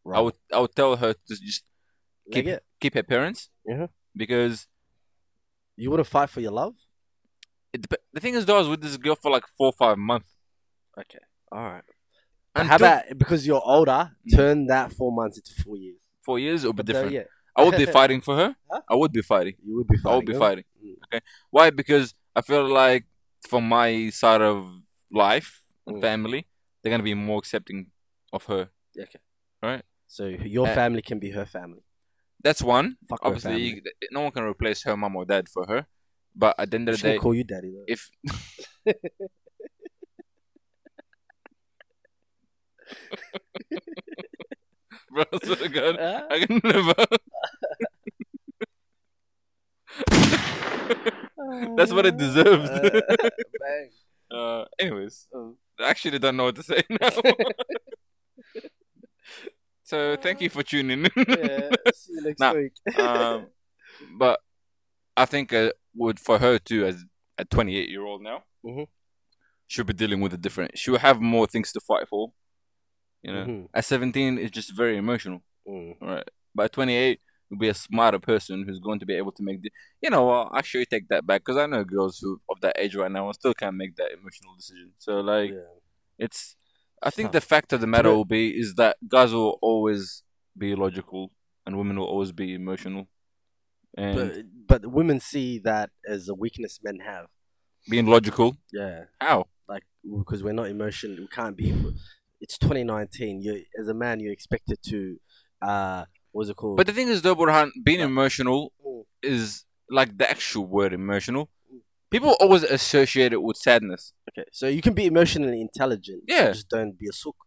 S2: Right.
S1: I would I would tell her to just
S2: Like it.
S1: keep her parents.
S2: Yeah.
S1: Because
S2: You wouldn't fight for your love.
S1: it, dep- the thing is, though, I was with this girl for like four or five months.
S2: Okay. All right.
S1: And
S2: how about because you're older, turn that four months into four years.
S1: four years? It would be
S2: though,
S1: different.
S2: yeah,
S1: I would be fighting for her.
S2: Huh?
S1: I would be fighting.
S2: you would be fighting.
S1: I would be
S2: huh?
S1: fighting.
S2: Mm.
S1: Okay. Why? Because I feel like from my side of life and
S2: Mm.
S1: family, they're gonna be more accepting of her.
S2: Okay.
S1: Right.
S2: So your
S1: Uh,
S2: family can be her family.
S1: That's one.
S2: Fuck her
S1: Obviously,
S2: family.
S1: you- th- no one can replace her mom or dad for her. But at the end of
S2: She
S1: the day,
S2: can call you daddy though.
S1: if bro, I swear to God,
S2: Huh?
S1: I can never. That's what it deserved.
S2: Uh, bang.
S1: Uh, anyways,
S2: Oh.
S1: I actually don't know what to say now. so thank you for tuning in.
S2: Yeah, see you next
S1: Nah.
S2: week.
S1: um, but I think uh, would for her too, as a 28 year old now,
S2: Mhm.
S1: she'll be dealing with a different. She'll have more things to fight for. You know,
S2: Mhm.
S1: at 17, it's just very emotional.
S2: Mm.
S1: All right, by 28, you'll be a smarter person who's going to be able to make. The, you know, what, I actually take that back because I know girls who of that age right now and still can't make that emotional decision. So like,
S2: Yeah.
S1: it's. I
S2: It's
S1: think
S2: tough.
S1: the fact of the matter
S2: it-
S1: will be is that guys will always be logical and women will always be emotional. And
S2: But but women see that as a weakness men have.
S1: being logical,
S2: Yeah,
S1: how?
S2: like because we're not emotional, we can't be. It's 2019. You as a man, you're expected to. uh What's it called?
S1: But the thing is, though, Burhan, being emotional
S2: Mm.
S1: is like the actual word emotional.
S2: Oh.
S1: People always associate it with sadness.
S2: okay, so you can be emotionally intelligent.
S1: Yeah.
S2: just don't be a sook.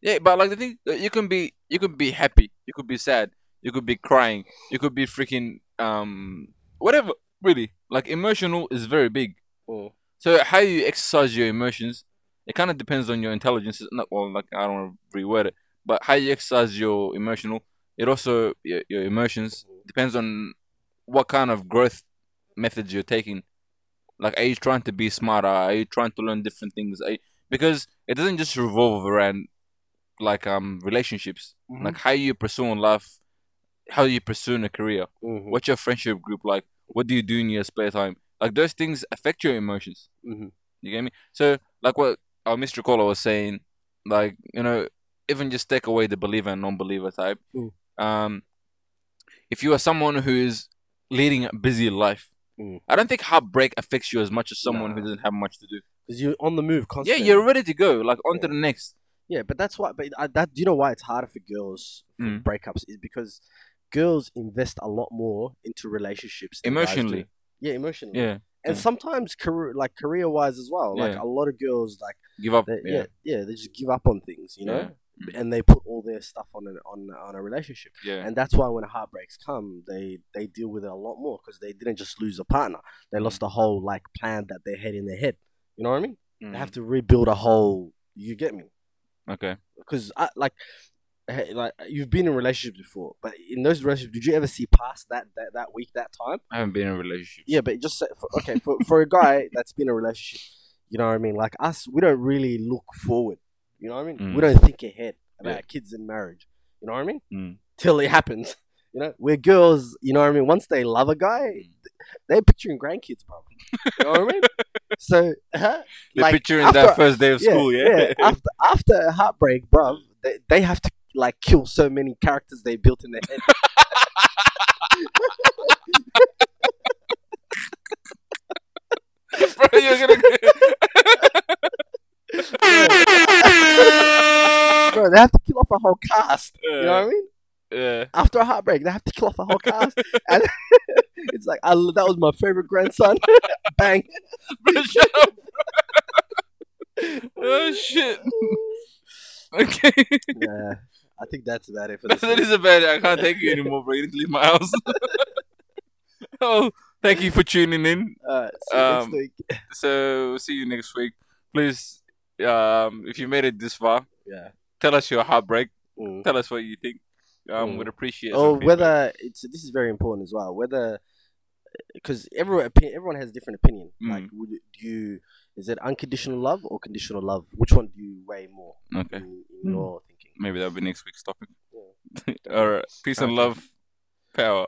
S1: Yeah, but like the thing, uh, you can be, you could be happy, you could be sad, you could be crying, you could be freaking um whatever. Really, like emotional is very big. Mm. So how you exercise your emotions, it kind of depends on your intelligence. It's Not well, like I don't want to reword it, but how you exercise your emotional, it also your, your emotions depends on what kind of growth methods you're taking. Like, are you trying to be smarter? Are you trying to learn different things? Are you- because it doesn't just revolve around like um relationships,
S2: Mhm.
S1: like how you pursue in life, how you pursue in a career.
S2: Mhm.
S1: What's your friendship group like? What do you do in your spare time? Like those things affect your emotions.
S2: Mhm.
S1: You get me? So like what our Mr. Caller was saying, like you know, even just take away the believer and non-believer type.
S2: Mm.
S1: Um, if you are someone who is leading a busy life,
S2: Mm.
S1: I don't think heartbreak affects you as much as someone who
S2: Nah.
S1: doesn't have much to do.
S2: 'Cause you're on the move
S1: Yeah,
S2: constantly.
S1: you're ready to go, like on to
S2: Yeah.
S1: the next.
S2: Yeah, but that's why. But I, that do you know why it's harder for girls for
S1: Mm.
S2: breakups is because girls invest a lot more into relationships than guys do.
S1: Emotionally.
S2: Yeah, emotionally.
S1: Yeah,
S2: and
S1: yeah.
S2: sometimes career like career wise as well. Like
S1: Yeah.
S2: a lot of girls like
S1: give up.
S2: they,
S1: yeah.
S2: yeah. yeah they just give up on things, you know,
S1: Yeah.
S2: and they put all their stuff on an, on on a relationship.
S1: yeah.
S2: And that's why when heartbreaks come, they they deal with it a lot more because they didn't just lose a partner; they lost the whole like plan that they had in their head. You know what I mean? They have to rebuild a whole. You get me?
S1: Mm. Okay.
S2: because I like hey, like you've been in relationships before, but in those relationships, did you ever see past that that, that week that time?
S1: I haven't been in a relationship.
S2: Yeah, but just say- for, okay for for a guy that's been in a relationship, you know what I mean? Like us, we don't really look forward. You know what I mean?
S1: Mm.
S2: We don't think ahead about
S1: Yeah.
S2: kids and marriage. You know what I mean?
S1: Mm.
S2: Till it happens. You know, we're girls. You know what I mean? Once they love a guy,
S1: Mm.
S2: they're picturing grandkids, bro. You know what I mean? So, huh?
S1: They're
S2: Like,
S1: picturing
S2: after-
S1: that first day of school, yeah.
S2: After after a heartbreak, bruv, they, they have to like kill so many characters they built in their head.
S1: you're gonna.
S2: Bro, they have to kill off a whole cast. You know what I mean?
S1: Yeah.
S2: After a heartbreak, they have to kill off a whole cast. and it's like, I, lo- that was my favorite grandson. Bang.
S1: Bro, shut up. oh shit. Okay,
S2: Nah, I think that's about it for this.
S1: that is about it. I can't take you anymore, bro. You need to leave my house. oh, thank you for tuning in.
S2: Alright, see you next
S1: Um,
S2: week.
S1: So see you next week. Please, um, if you made it this far,
S2: Yeah.
S1: tell us your heartbreak.
S2: Mm.
S1: Tell us what you think. Um,
S2: Mm.
S1: we'd appreciate. some
S2: Or
S1: feedback.
S2: whether it's this is very important as well. Whether because everyone opi- everyone has a different opinion.
S1: Mm.
S2: Like, would it- do you is it unconditional love or conditional love? Which one do you weigh more
S1: Okay,
S2: in, in your thinking?
S1: maybe that'll be next week's topic. All right, peace and
S2: Okay.
S1: love, power.